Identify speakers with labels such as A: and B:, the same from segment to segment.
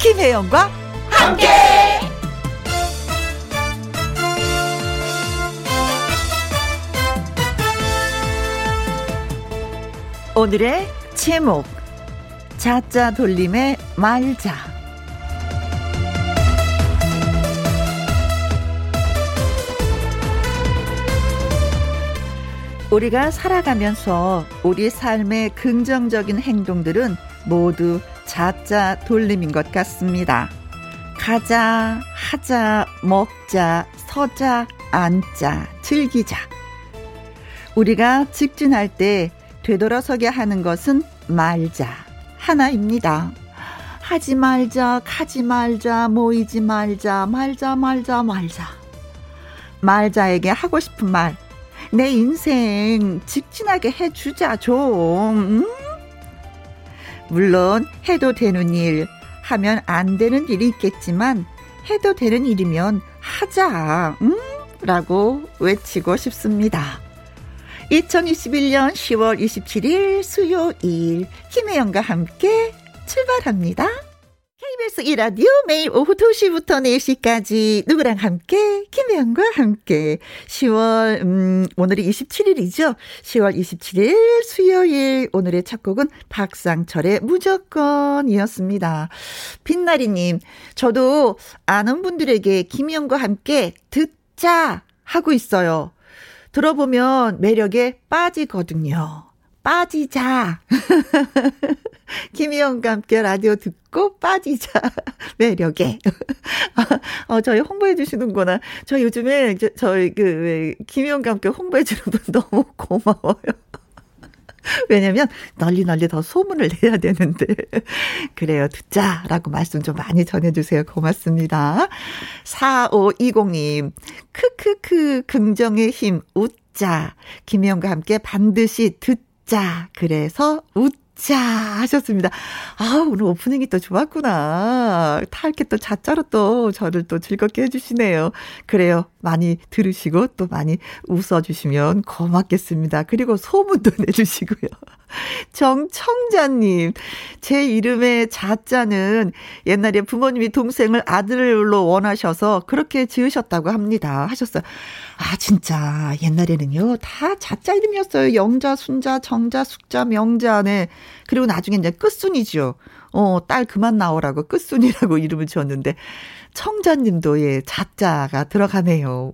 A: 김혜영과 함께. 오늘의 제목 자자 돌림의 말자. 우리가 살아가면서 우리 삶의 긍정적인 행동들은 모두 자자 돌림인 것 같습니다. 가자, 하자, 먹자, 서자, 앉자, 즐기자. 우리가 직진할 때 되돌아서게 하는 것은 말자 하나입니다. 하지 말자, 가지 말자, 모이지 말자, 말자, 말자, 말자. 말자에게 하고 싶은 말. 내 인생 직진하게 해주자, 좀. 음? 물론 해도 되는 일, 하면 안 되는 일이 있겠지만 해도 되는 일이면 하자. 음? 라고 외치고 싶습니다. 2021년 10월 27일 수요일 김혜영과 함께 출발합니다. KBS 1라디오 매일 오후 2시부터 4시까지 누구랑 함께 김혜영과 함께 10월 음 오늘이 27일이죠. 10월 27일 수요일 오늘의 첫 곡은 박상철의 무조건이었습니다. 빛나리 님, 저도 아는 분들에게 김혜영과 함께 듣자 하고 있어요. 들어보면 매력에 빠지거든요. 빠지자. 김희영과 함께 라디오 듣고 빠지자. 매력에. 어, 저희 홍보해 주시는구나. 저 요즘에 저, 저희 그, 왜, 김희영과 함께 홍보해 주는 분 너무 고마워요. 왜냐면 널리 널리 더 소문을 내야 되는데 그래요 듣자라고 말씀 좀 많이 전해주세요 고맙습니다 4520님 크크크 긍정의 힘 웃자 김혜영과 함께 반드시 듣자 그래서 웃자 자, 하셨습니다. 아, 오늘 오프닝이 또 좋았구나. 타이렇게 또 자짜로 또 저를 또 즐겁게 해주시네요. 그래요. 많이 들으시고 또 많이 웃어주시면 고맙겠습니다. 그리고 소문도 내주시고요. 정청자님, 제 이름의 자자는 옛날에 부모님이 동생을 아들로 원하셔서 그렇게 지으셨다고 합니다. 하셨어요. 아, 진짜. 옛날에는요. 다 자자 이름이었어요. 영자, 순자, 정자, 숙자, 명자. 네. 그리고 나중에 이제 끝순이죠. 어, 딸 그만 나오라고 끝순이라고 이름을 지었는데, 청자님도 예, 자자가 들어가네요.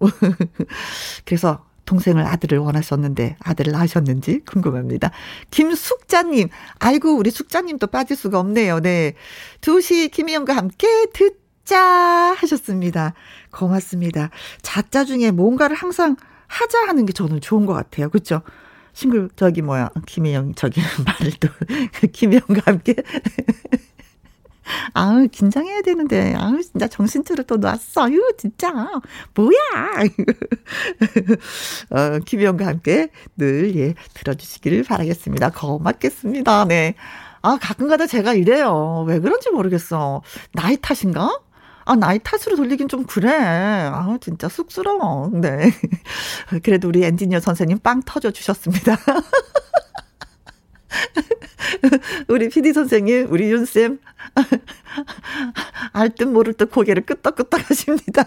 A: 그래서 동생을 아들을 원하셨는데 아들을 낳으셨는지 궁금합니다. 김숙자님, 아이고 우리 숙자님도 빠질 수가 없네요. 네, 2시 김희영과 함께 듣자 하셨습니다. 고맙습니다. 자자 중에 뭔가를 항상 하자 하는 게 저는 좋은 것 같아요. 그렇죠? 싱글 저기 뭐야 김혜영 저기 말도 김혜영과 함께 아우, 긴장해야 되는데. 아우, 진짜 정신줄을 또 놨어. 유 진짜. 뭐야. 어, 김희영과 함께 늘, 예, 들어주시길 바라겠습니다. 고맙겠습니다. 네. 아, 가끔가다 제가 이래요. 왜 그런지 모르겠어. 나이 탓인가? 아, 나이 탓으로 돌리긴 좀 그래. 아, 진짜 쑥스러워. 네. 그래도 우리 엔지니어 선생님 빵 터져 주셨습니다. 우리 PD 선생님, 우리 윤쌤, 알 듯 모를 듯 고개를 끄떡끄떡 하십니다.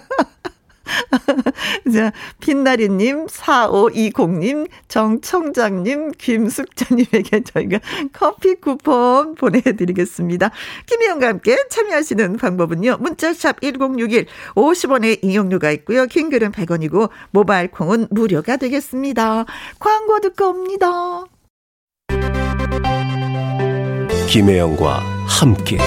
A: 자, 빛나리님, 4520님, 정청장님, 김숙자님에게 저희가 커피 쿠폰 보내드리겠습니다. 김희영과 함께 참여하시는 방법은요. 문자샵 1061, 50원의 이용료가 있고요. 킹글은 100원이고, 모바일 콩은 무료가 되겠습니다. 광고 듣고 옵니다.
B: 김혜영과 함께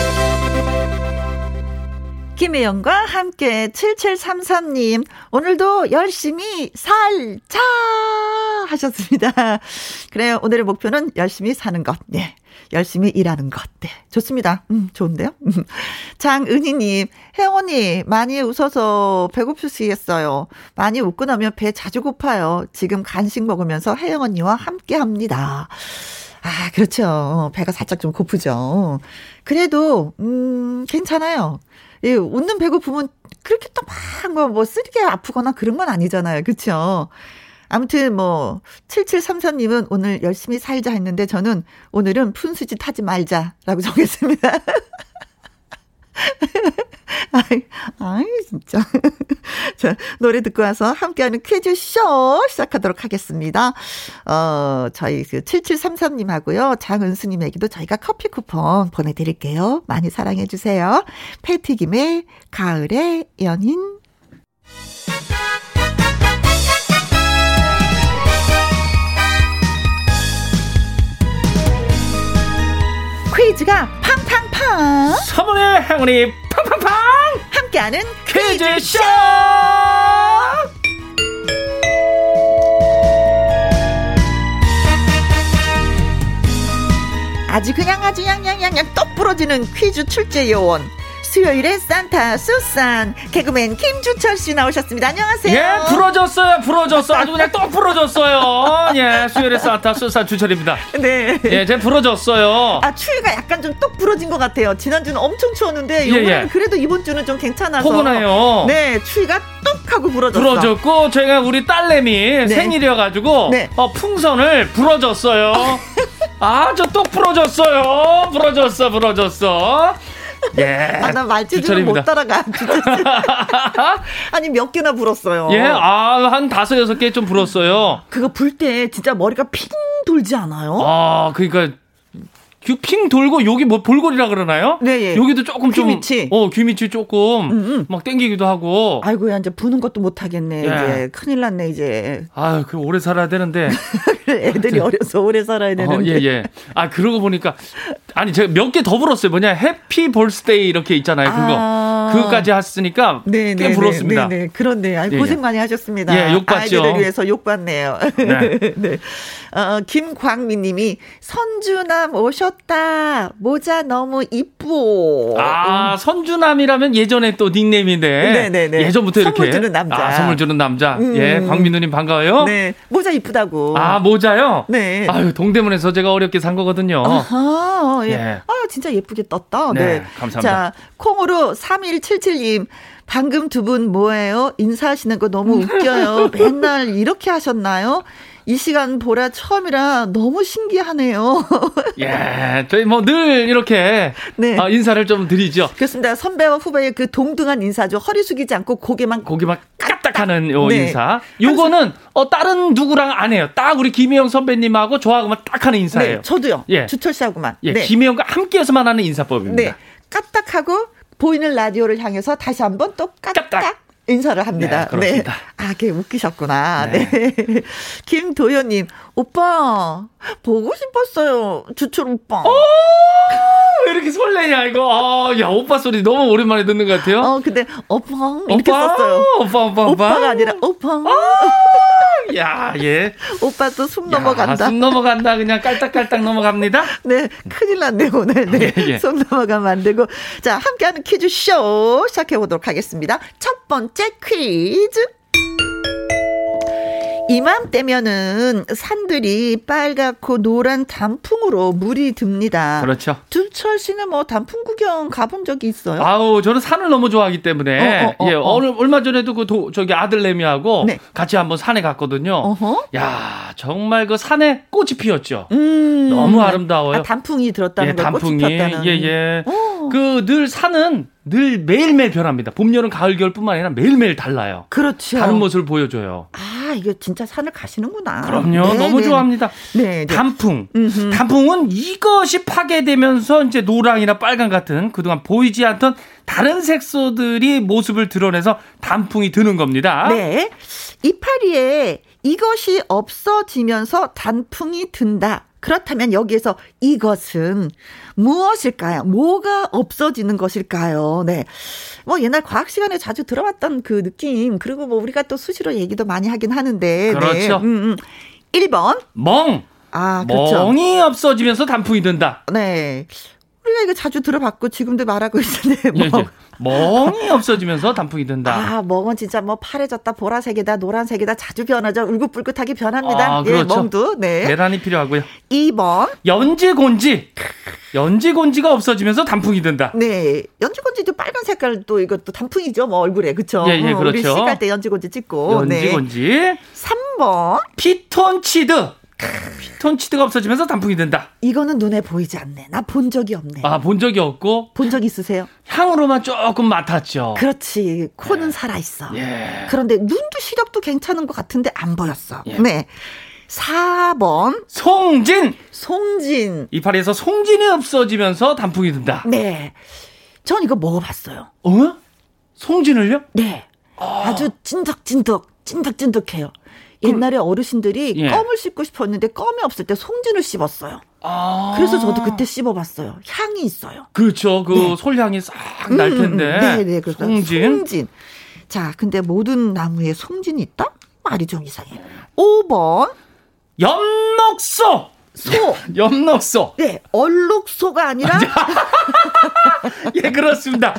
A: 김혜영과 함께 7733님 오늘도 열심히 살자 하셨습니다. 그래요. 오늘의 목표는 열심히 사는 것. 네. 열심히 일하는 것. 네. 좋습니다. 음, 좋은데요? 장은희님, 혜원이 많이 웃어서 배고프시겠어요. 많이 웃고 나면 배 자주 고파요. 지금 간식 먹으면서 혜영 언니와 함께 합니다. 아, 그렇죠. 배가 살짝 좀 고프죠. 그래도, 음, 괜찮아요. 예, 웃는 배고픔은 그렇게 또 막, 뭐, 뭐, 쓰리게 아프거나 그런 건 아니잖아요. 그렇죠. 아무튼 뭐, 7733님은 오늘 열심히 살자 했는데 저는 오늘은 푼수짓 하지 말자라고 정했습니다. 진짜. 자, 노래 듣고 와서 함께하는 퀴즈쇼 시작하도록 하겠습니다. 어, 저희 그 7733님하고요, 장은수님에게도 저희가 커피 쿠폰 보내드릴게요. 많이 사랑해주세요. 패티김의 가을의 연인. 퀴즈가 팡팡팡!
C: 3월의 행운이 팡팡팡
A: 함께하는
C: 퀴즈쇼
A: 아주 그냥 아주 양양양양 떡 부러지는 퀴즈 출제 요원. 수요일에 산타 수산 개그맨 김주철 씨 나오셨습니다. 안녕하세요.
C: 예 부러졌어요 부러졌어 아주 그냥 또 부러졌어요 예 수요일에 산타 수사 주철입니다
A: 네.
C: 예 제가 부러졌어요
A: 아 추위가 약간 좀 똑 부러진 것 같아요. 지난주는 엄청 추웠는데
C: 예,
A: 이번에는
C: 예.
A: 그래도 이번 주는 좀 괜찮아서.
C: 포근해요
A: 네, 추위가 똑 하고 부러졌어.
C: 부러졌고 제가 우리 딸내미 생일이어가지고
A: 네.
C: 어, 풍선을 부러졌어요 아저 또 부러졌어요 부러졌어 부러졌어 예
A: 아, 나 말재주는
C: 주철입니다.
A: 못 따라가. 주철 씨. 아니 몇 개나 불었어요.
C: 예, 아, 한 다섯, 여섯 개 좀 불었어요.
A: 그거 불 때 진짜 머리가 핑 돌지 않아요?
C: 아, 그러니까 귀핑 돌고 여기 뭐 볼골이라 그러나요?
A: 네, 예.
C: 여기도 조금 좀
A: 귀밑이.
C: 어, 귀밑이 조금 막 땡기기도 하고.
A: 아이고야 이제 부는 것도 못 하겠네.
C: 예.
A: 이제 큰일 났네 이제.
C: 아유, 그 오래 살아야 되는데.
A: 애들이 어려서 오래 살아야
C: 어,
A: 되는데.
C: 예, 예. 아, 그러고 보니까 아니, 제가 몇 개 더 불었어요. 뭐냐? 해피 볼스데이 이렇게 있잖아요, 그거.
A: 아.
C: 그거까지 했으니까
A: 네,
C: 꽤
A: 네,
C: 불었습니다.
A: 네, 네. 그런데 아이
C: 예,
A: 고생
C: 예.
A: 많이 하셨습니다.
C: 예, 욕 봤죠.
A: 아이들을 위해서 욕 받네요.
C: 네.
A: 네. 어, 김광민 님이 선주남 오셨다. 모자 너무 이쁘.
C: 아, 선주남이라면 예전에 또 닉네임인데.
A: 어, 네네네.
C: 예전부터 이렇게.
A: 선물 주는 남자.
C: 아, 선물 주는 남자.
A: 음.
C: 예, 광민우님 반가워요.
A: 네. 모자 이쁘다고.
C: 아, 모자요?
A: 네.
C: 아유, 동대문에서 제가 어렵게 산 거거든요.
A: 아하, 예.
C: 예.
A: 아, 진짜 예쁘게 떴다. 네.
C: 네, 감사합니다.
A: 자, 콩으로 3177님. 방금 두 분 뭐예요? 인사하시는 거 너무 웃겨요. 맨날 이렇게 하셨나요? 이 시간 보라 처음이라 너무 신기하네요.
C: 예, 저희 뭐 늘 이렇게
A: 네.
C: 아, 인사를 좀 드리죠.
A: 그렇습니다. 선배와 후배의 그 동등한 인사죠. 허리 숙이지 않고 고개만
C: 고기 막 까딱하는 요
A: 네.
C: 인사. 요거는 어, 다른 누구랑 안 해요. 딱 우리 김희영 선배님하고 저하고만 딱 하는 인사예요.
A: 네, 저도요.
C: 예.
A: 주철 씨하고만.
C: 예,
A: 네.
C: 김희영과 함께해서만 하는 인사법입니다.
A: 네.
C: 아,
A: 까딱하고 보이는 라디오를 향해서 다시 한번 또 까딱.
C: 까딱.
A: 인사를 합니다.
C: 네, 그렇습니다.
A: 아, 그게 웃기셨구나. 네.
C: 네.
A: 김도현님, 오빠, 보고 싶었어요. 주철 오빠.
C: 왜 이렇게 설레냐 이거. 아, 야 오빠 소리 너무 오랜만에 듣는 것 같아요.
A: 어, 근데, 오빠, 이렇게
C: 오빠,
A: 썼어요.
C: 오빠, 오빠, 오빠.
A: 오빠가 아니라, 오빠,
C: 야, 예.
A: 오빠 또 숨
C: 야,
A: 넘어간다.
C: 숨 넘어간다. 그냥 깔딱깔딱 넘어갑니다.
A: 네, 큰일 났네, 오늘. 네.
C: 예, 예.
A: 손 넘어가면 안 되고. 자, 함께하는 퀴즈쇼 시작해보도록 하겠습니다. 첫 번째 퀴즈. 이맘때면은 산들이 빨갛고 노란 단풍으로 물이 듭니다.
C: 그렇죠.
A: 두철 씨는 뭐 단풍 구경 가본 적이 있어요?
C: 아우 저는 산을 너무 좋아하기 때문에
A: 어, 어, 어,
C: 예
A: 어.
C: 어느 얼마 전에도 그 도, 저기 아들내미하고
A: 네.
C: 같이 한번 산에 갔거든요.
A: 어허.
C: 야 정말 그 산에 꽃이 피었죠.
A: 음.
C: 너무 아름다워요.
A: 아, 단풍이 들었다는
C: 예
A: 걸
C: 단풍이
A: 꽃이 폈다는. 어.
C: 예예.
A: 오.
C: 그 늘 산은 늘 매일매일 변합니다. 봄, 여름, 가을, 겨울뿐만 아니라 매일매일 달라요.
A: 그렇죠.
C: 다른 모습을 보여줘요.
A: 아, 이거 진짜 산을 가시는구나.
C: 그럼요.
A: 네,
C: 너무
A: 네.
C: 좋아합니다.
A: 네, 네.
C: 단풍.
A: 음흠.
C: 단풍은 이것이 파괴되면서 이제 노랑이나 빨강 같은 그동안 보이지 않던 다른 색소들이 모습을 드러내서 단풍이 드는 겁니다.
A: 네. 이파리에 이것이 없어지면서 단풍이 든다. 그렇다면 여기에서 이것은 무엇일까요? 뭐가 없어지는 것일까요? 네. 뭐 옛날 과학 시간에 자주 들어봤던 그 느낌. 그리고 뭐 우리가 또 수시로 얘기도 많이 하긴 하는데. 네.
C: 그렇죠.
A: 음, 음. 1번.
C: 멍.
A: 아, 그렇죠.
C: 멍이 없어지면서 단풍이 든다.
A: 네. 우리가 이거 자주 들어봤고 지금도 말하고 있는데
C: 예,
A: 뭐
C: 예. 멍이 없어지면서 단풍이 든다.
A: 아, 멍은 진짜 뭐 파래졌다, 보라색이다, 노란색이다, 자주 변하죠. 울긋불긋하게 변합니다.
C: 아,
A: 예,
C: 그렇죠.
A: 멍도. 네.
C: 계란이 필요하고요.
A: 2번.
C: 연지곤지. 연지곤지가 없어지면서 단풍이 든다.
A: 네. 연지곤지도 빨간 색깔 또 이것도 단풍이죠. 뭐 얼굴에. 그쵸?
C: 예, 예,
A: 어, 우리
C: 그렇죠.
A: 시갈 때 연지곤지 찍고. 네.
C: 연지곤지.
A: 3번.
C: 피톤치드. 피톤치드가 없어지면서 단풍이 든다.
A: 이거는 눈에 보이지 않네. 나 본 적이 없네.
C: 아, 본 적이 없고
A: 본 적 있으세요?
C: 향으로만 조금 맡았죠.
A: 그렇지. 코는 살아있어.
C: 어. 네. 예.
A: 그런데 눈도 시력도 괜찮은 것 같은데 안 보였어. 네. 4번,
C: 송진!
A: 송진.
C: 이파리에서 송진이 없어지면서 단풍이 든다.
A: 네. 전 이거 먹어봤어요.
C: 어? 송진을요?
A: 네. 아주 찐득찐득, 찐득찐득해요. 옛날에 어르신들이
C: 예.
A: 껌을 씹고 싶었는데 껌이 없을 때 송진을 씹었어요.
C: 아.
A: 그래서 저도 그때 네. 씹어봤어요. 향이 있어요.
C: 그렇죠. 그 솔향이 싹 날 텐데.
A: 음, 네네. 그래서 송진.
C: 송진.
A: 자, 근데 모든 나무에 송진이 있다? 말이 좀 이상해. 5번,
C: 엽록소!
A: 소.
C: 엽록소.
A: 네, 얼룩소가 아니라
C: 예, 그렇습니다.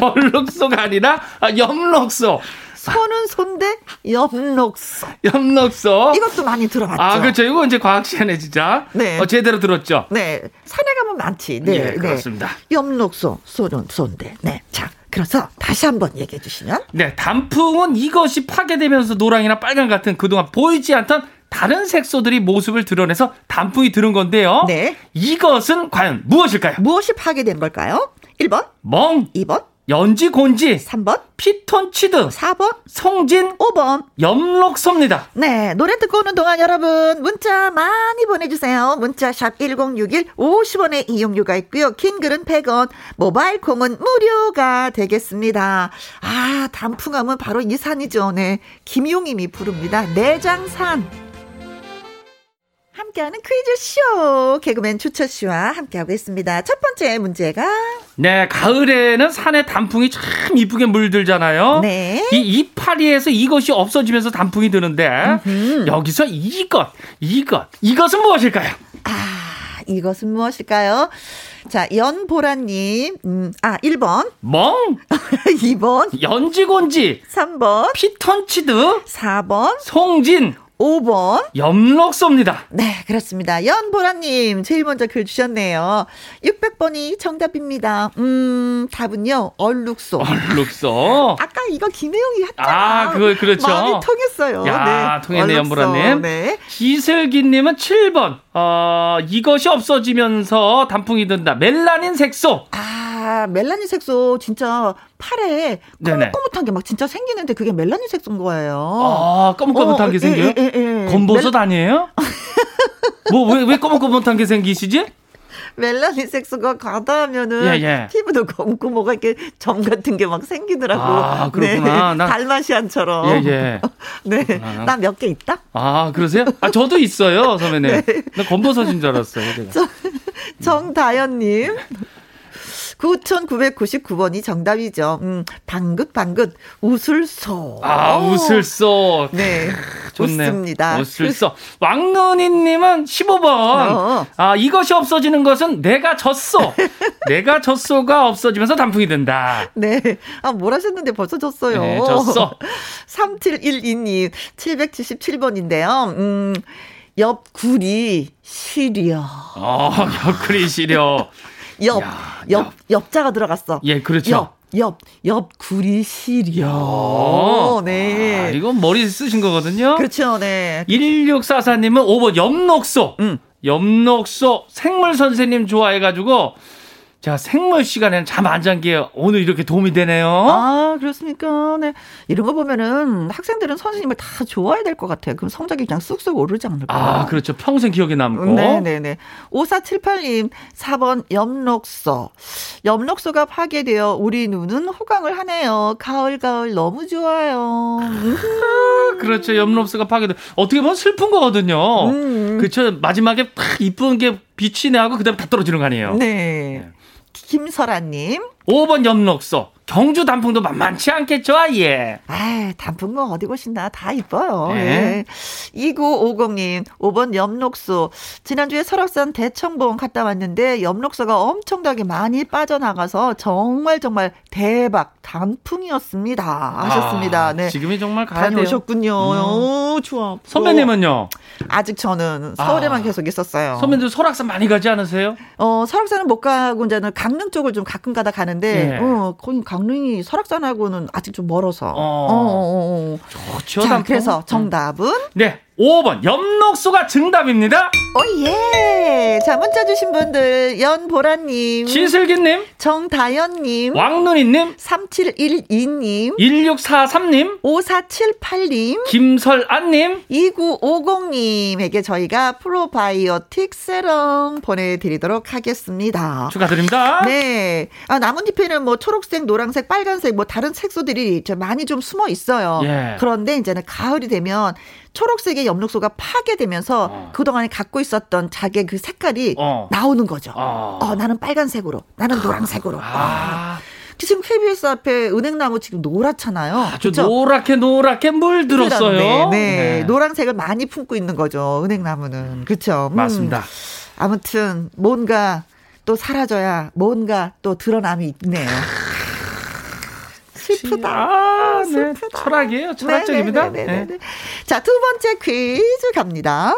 C: 얼룩소가 아니라 아, 엽록소.
A: 소는 손대 엽록소.
C: 엽록소.
A: 이것도 많이 들어봤죠.
C: 아, 그렇죠. 이거 이제 과학 시간에 진짜
A: 네.
C: 어, 제대로 들었죠.
A: 네, 산에 가면 많지. 네,
C: 예,
A: 네.
C: 그렇습니다.
A: 엽록소, 소는 손대. 네, 자, 그래서 다시 한번 얘기해 주시면
C: 네, 단풍은 이것이 파괴되면서 노랑이나 빨강 같은 그동안 보이지 않던 다른 색소들이 모습을 드러내서 단풍이 드는 건데요.
A: 네.
C: 이것은 과연 무엇일까요?
A: 무엇이 파괴된 걸까요? 1번,
C: 멍,
A: 2번,
C: 연지, 곤지,
A: 3번,
C: 피톤치드,
A: 4번,
C: 송진,
A: 5번.
C: 엽록소입니다.
A: 네, 노래 듣고 오는 동안 여러분 문자 많이 보내주세요. 문자 샵 1061, 50원의 이용료가 있고요. 긴 글은 100원, 모바일 콩은 무료가 되겠습니다. 아, 단풍하면 바로 이 산이죠. 네, 김용임이 부릅니다. 내장산. 함께하는 퀴즈쇼 개그맨 주철씨와 함께하고 있습니다. 첫 번째 문제가
C: 네, 가을에는 산에 단풍이 참 이쁘게 물들잖아요.
A: 네.
C: 어? 이 이파리에서 이것이 없어지면서 단풍이 드는데 여기서 이것, 이것, 이것은 무엇일까요?
A: 아 이것은 무엇일까요? 자 연보라님 음, 아 1번
C: 멍,
A: 2번
C: 연지, 곤지,
A: 3번,
C: 피톤치드,
A: 4번,
C: 송진,
A: 5번.
C: 엽록소입니다.
A: 네, 그렇습니다. 연보라님, 제일 먼저 글 주셨네요. 600번이 정답입니다. 음, 답은요, 얼룩소.
C: 얼룩소.
A: 아까 이거 김혜영이 했잖아.
C: 아, 그거, 그렇죠.
A: 마음이 통했어요.
C: 야, 통했네,
A: 얼룩소.
C: 연보라님.
A: 아, 네.
C: 기슬기님은 7번. 어, 이것이 없어지면서 단풍이 든다. 멜라닌 색소.
A: 아, 멜라닌 색소 진짜 팔에
C: 네네.
A: 꼬뭇꼬뭇한 게 막 진짜 생기는데 그게 멜라닌 색소인 거예요.
C: 아,
A: 어,
C: 검은검은한
A: 예,
C: 게 생겨요?
A: 예, 예, 예.
C: 검버섯 아니에요? 뭐, 왜, 왜 검은검은한 게 생기시지?
A: 멜라닌 색소가 과다하면은
C: 예, 예.
A: 피부도 검고 뭐가 이렇게 점 같은 게 막 생기더라고.
C: 아, 그렇구나.
A: 네.
C: 난-
A: 달마시안처럼.
C: 예, 예.
A: 네. 나 몇 개 있다?
C: 아, 그러세요? 아, 저도 있어요, 선배님.
A: 네.
C: 나 검버섯인 줄 알았어요, 제가.
A: 정다연님.
C: 음.
A: 9,999번이 정답이죠. 음, 방긋방긋 우슬소.
C: 아,
A: 오.
C: 웃을쏘.
A: 네.
C: 좋네요.
A: 좋습니다.
C: 웃을쏘. 왕눈이님은 15번.
A: 어.
C: 아, 이것이 없어지는 것은 내가 졌어. 내가 졌어가 없어지면서 단풍이 된다.
A: 네. 아, 뭘 하셨는데 벌써 졌어요.
C: 네, 졌어.
A: 3712님, 777번인데요. 음, 옆 굴이 시려.
C: 어, 옆구리 시려.
A: 옆,
C: 야,
A: 옆, 옆자가 들어갔어.
C: 예, 그렇죠.
A: 옆, 옆, 옆 굴이 시려.
C: 어.
A: 네.
C: 아, 이건 머리 쓰신 거거든요.
A: 그렇죠, 네.
C: 1644님은 5번 엽록소.
A: 음.
C: 엽록소 생물 선생님 좋아해가지고 제가 생물 시간에는 잠 안 잔 게 오늘 이렇게 도움이 되네요.
A: 아, 그렇습니까? 네. 이런 거 보면은 학생들은 선생님을 다 좋아해야 될 것 같아요. 그럼 성적이 그냥 쑥쑥 오르지 않을까.
C: 아, 그렇죠. 평생 기억에 남고.
A: 네네네. 5478님, 4번 엽록소. 엽록소가 파괴되어 우리 눈은 호강을 하네요. 가을가을 너무 좋아요.
C: 그렇죠. 엽록소가 파괴돼. 어떻게 보면 슬픈 거거든요.
A: 음.
C: 그렇죠. 마지막에 딱 이쁜 게 빛이 나고 그다음에 다 떨어지는 거 아니에요.
A: 네. 김설아님,
C: 5번 엽록소. 경주 단풍도 만만치 않겠죠, 예.
A: 아 단풍공 어디 보신다. 다 이뻐요. 예.
C: 네.
A: 2950님, 5번 엽록소. 지난주에 설악산 대청봉 갔다 왔는데, 엽록소가 엄청나게 많이 빠져나가서 정말 정말 대박 단풍이었습니다. 하셨습니다.
C: 아,
A: 네.
C: 지금이 정말 가야 돼요. 음.
A: 다녀오셨군요. 오, 좋아.
C: 선배님은요?
A: 아직 저는 서울에만
C: 아.
A: 계속 있었어요.
C: 선배님들 설악산 많이 가지 않으세요?
A: 어, 설악산은 못 가고 이제는 강릉 쪽을 좀 가끔 가다 가는데,
C: 예.
A: 어, 거기 강릉이 설악산하고는 아직 좀 멀어서.
C: 어.
A: 어, 어, 어, 어.
C: 좋죠.
A: 자,
C: 단풍. 음.
A: 그래서 정답은 어,
C: 네. 5번 엽록소가 정답입니다.
A: 오예. 자, 문자 주신 분들, 연보라님,
C: 신슬기님,
A: 정다연님,
C: 왕눈이님,
A: 3712님,
C: 1643님,
A: 5478님,
C: 김설안님,
A: 2950님에게 저희가 프로바이오틱 세럼 보내드리도록 하겠습니다.
C: 축하드립니다.
A: 아. 네. 아, 나뭇잎에는 뭐 초록색, 노란색, 빨간색, 뭐 다른 색소들이 저 많이 좀 숨어 있어요.
C: 예.
A: 그런데 이제는 가을이 되면 초록색의 엽록소가 파괴되면서
C: 어.
A: 그동안에 갖고 있었던 자기의 그 색깔이
C: 어.
A: 나오는 거죠.
C: 어.
A: 어. 나는 빨간색으로, 나는 노란색으로. 아.
C: 아,
A: 지금 KBS 앞에 은행나무 지금 노랗잖아요.
C: 아주
A: 그쵸?
C: 노랗게 노랗게
A: 네,
C: 물들었어요.
A: 네. 노란색을 많이 품고 있는 거죠. 은행나무는. 그렇죠.
C: 맞습니다.
A: 아무튼 뭔가 또 사라져야 뭔가 또 드러남이 있네요. 슬프다.
C: 아, 네.
A: 슬프다.
C: 철학이에요. 철학적입니다.
A: 네, 네, 네, 네,
C: 네.
A: 네. 자, 두 번째 퀴즈 갑니다.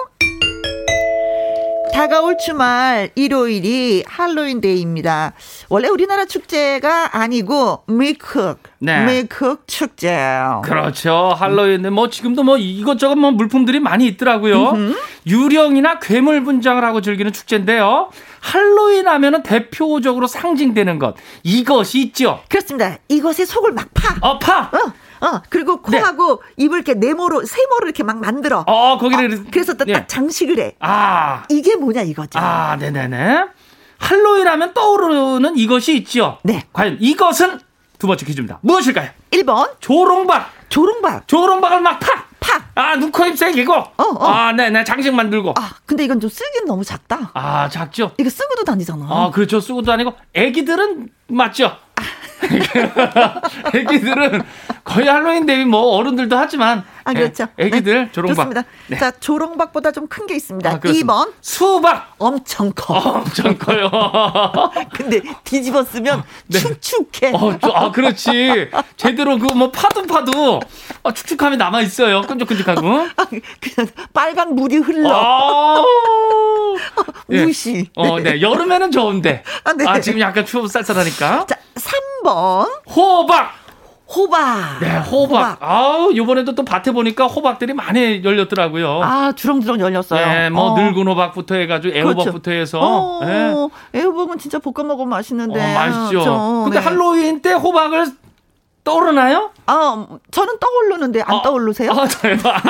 A: 다가올 주말 일요일이 할로윈 데이입니다. 원래 우리나라 축제가 아니고 미쿡,
C: 네.
A: 미쿡 축제.
C: 그렇죠. 할로윈은 뭐 지금도 뭐 이것저것 뭐 물품들이 많이 있더라고요. 유령이나 괴물 분장을 하고 즐기는 축제인데요. 할로윈 하면은 대표적으로 상징되는 것 이것이 있죠.
A: 그렇습니다. 이것에 속을 막 파.
C: 어파.
A: 어, 어, 그리고 코하고 입을 이렇게 네모로 세모로 이렇게 막 만들어.
C: 네. 어 거기를
A: 어, 그래서 또 딱
C: 예.
A: 장식을 해.
C: 아.
A: 이게 뭐냐 이거죠.
C: 아, 네네네. 할로윈 하면 떠오르는 이것이 있죠.
A: 네.
C: 과연 이것은 두 번째 퀴즈입니다. 무엇일까요?
A: 1번
C: 조롱박.
A: 조롱박
C: 조롱박을 막 팍.
A: 팍.
C: 아, 눈코입 새기고.
A: 어.
C: 아, 네네. 장식 만들고.
A: 아, 근데 이건 좀 쓰기는 너무 작다.
C: 아, 작죠?
A: 이거 쓰고도 다니잖아.
C: 아, 그렇죠. 쓰고도 아니고 애기들은 맞죠. 애기들은 거의 할로윈 대비 뭐 어른들도 하지만
A: 아, 그렇죠.
C: 예, 애기들
A: 네,
C: 조롱박.
A: 좋습니다.
C: 네.
A: 자, 조롱박보다 좀 큰 게 있습니다.
C: 아, 그렇습니다. 어.
A: 2번
C: 수박
A: 엄청 커.
C: 엄청 커요.
A: 근데 뒤집어 쓰면 축축해.
C: 네. 어, 저- 아, 그렇지. 제대로 그 뭐 파도 파도 어, 축축함이 남아 있어요. 끈적끈적하고.
A: 아, 그냥 빨간 물이 흘러.
C: 아. 예.
A: 무시.
C: 어, 네. 여름에는 좋은데.
A: 아, 네.
C: 아, 지금 약간 추워 쌀쌀하니까.
A: 자, 3번
C: 호박.
A: 아, 호박.
C: 네, 호박. 아우, 요번에도 또 밭에 보니까 호박들이 많이 열렸더라고요.
A: 아, 주렁주렁 열렸어요.
C: 예, 어. 뭐
A: 어. 그렇죠.
C: 늙은 호박부터 해가지고 애호박부터 해서.
A: 어,
C: 예.
A: 애호박은 진짜 볶아 먹으면
C: 어,
A: 맛있는데.
C: 맛있죠.
A: 그렇죠.
C: 근데
A: 네.
C: 할로윈 때 호박을 떠오르나요?
A: 아, 저는 떠오르는데 안
C: 아,
A: 떠오르세요?
C: 아, 대박.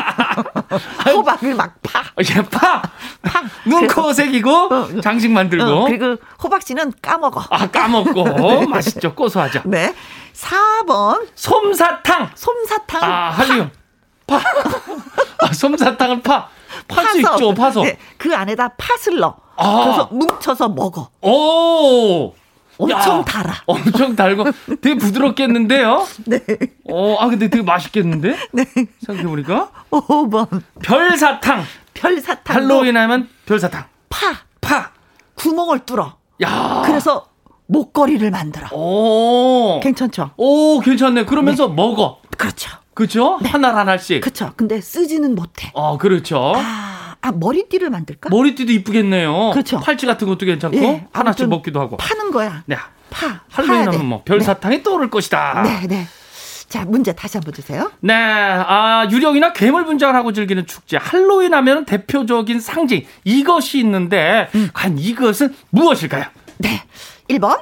A: 호박을 막 파.
C: 예, 파!
A: 팍!
C: 눈코 새기고, 장식 만들고.
A: 어, 그리고 네. 호박씨는 까먹어.
C: 아, 까먹고. 맛있죠. 고소하죠.
A: 네. 4번
C: 솜사탕!
A: 솜사탕.
C: 아, 할리움. 파! 아, 솜사탕을 파! 팔 수
A: 파서.
C: 있죠, 파서.
A: 네, 그 안에다 팥을 넣어.
C: 아.
A: 그래서 뭉쳐서 먹어.
C: 오!
A: 엄청
C: 야,
A: 달아.
C: 엄청 달고 되게 부드럽겠는데요?
A: 네.
C: 어, 아, 근데 되게 맛있겠는데?
A: 네.
C: 생각해보니까.
A: 5번
C: 별사탕!
A: 별사탕.
C: 할로윈 하면 별사탕.
A: 파.
C: 파!
A: 구멍을 뚫어.
C: 야!
A: 그래서 목걸이를 만들어.
C: 오!
A: 괜찮죠?
C: 오, 괜찮네. 어. 그러면서 먹어.
A: 그렇죠.
C: 그죠? 하나 하나씩.
A: 그렇죠. 근데 쓰지는 못해.
C: 어, 그렇죠.
A: 아, 아, 머리띠를 만들까?
C: 머리띠도 이쁘겠네요.
A: 그렇죠. 예,
C: 팔찌 같은 것도 괜찮고 뭐? 하나씩
A: 아무튼
C: 먹기도 하고.
A: 파는 거야.
C: 네.
A: 파.
C: 할로윈
A: 파야 돼.
C: 하면 뭐 별사탕이 아. 떠오를 것이다.
A: 네, 네. 자, 문제 다시 한번 주세요.
C: 네, 아, 유령이나 괴물 분장을 하고 즐기는 축제. 할로윈 하면 대표적인 상징. 이것이 있는데,
A: 음.
C: 과연 이것은 무엇일까요?
A: 네. 1번,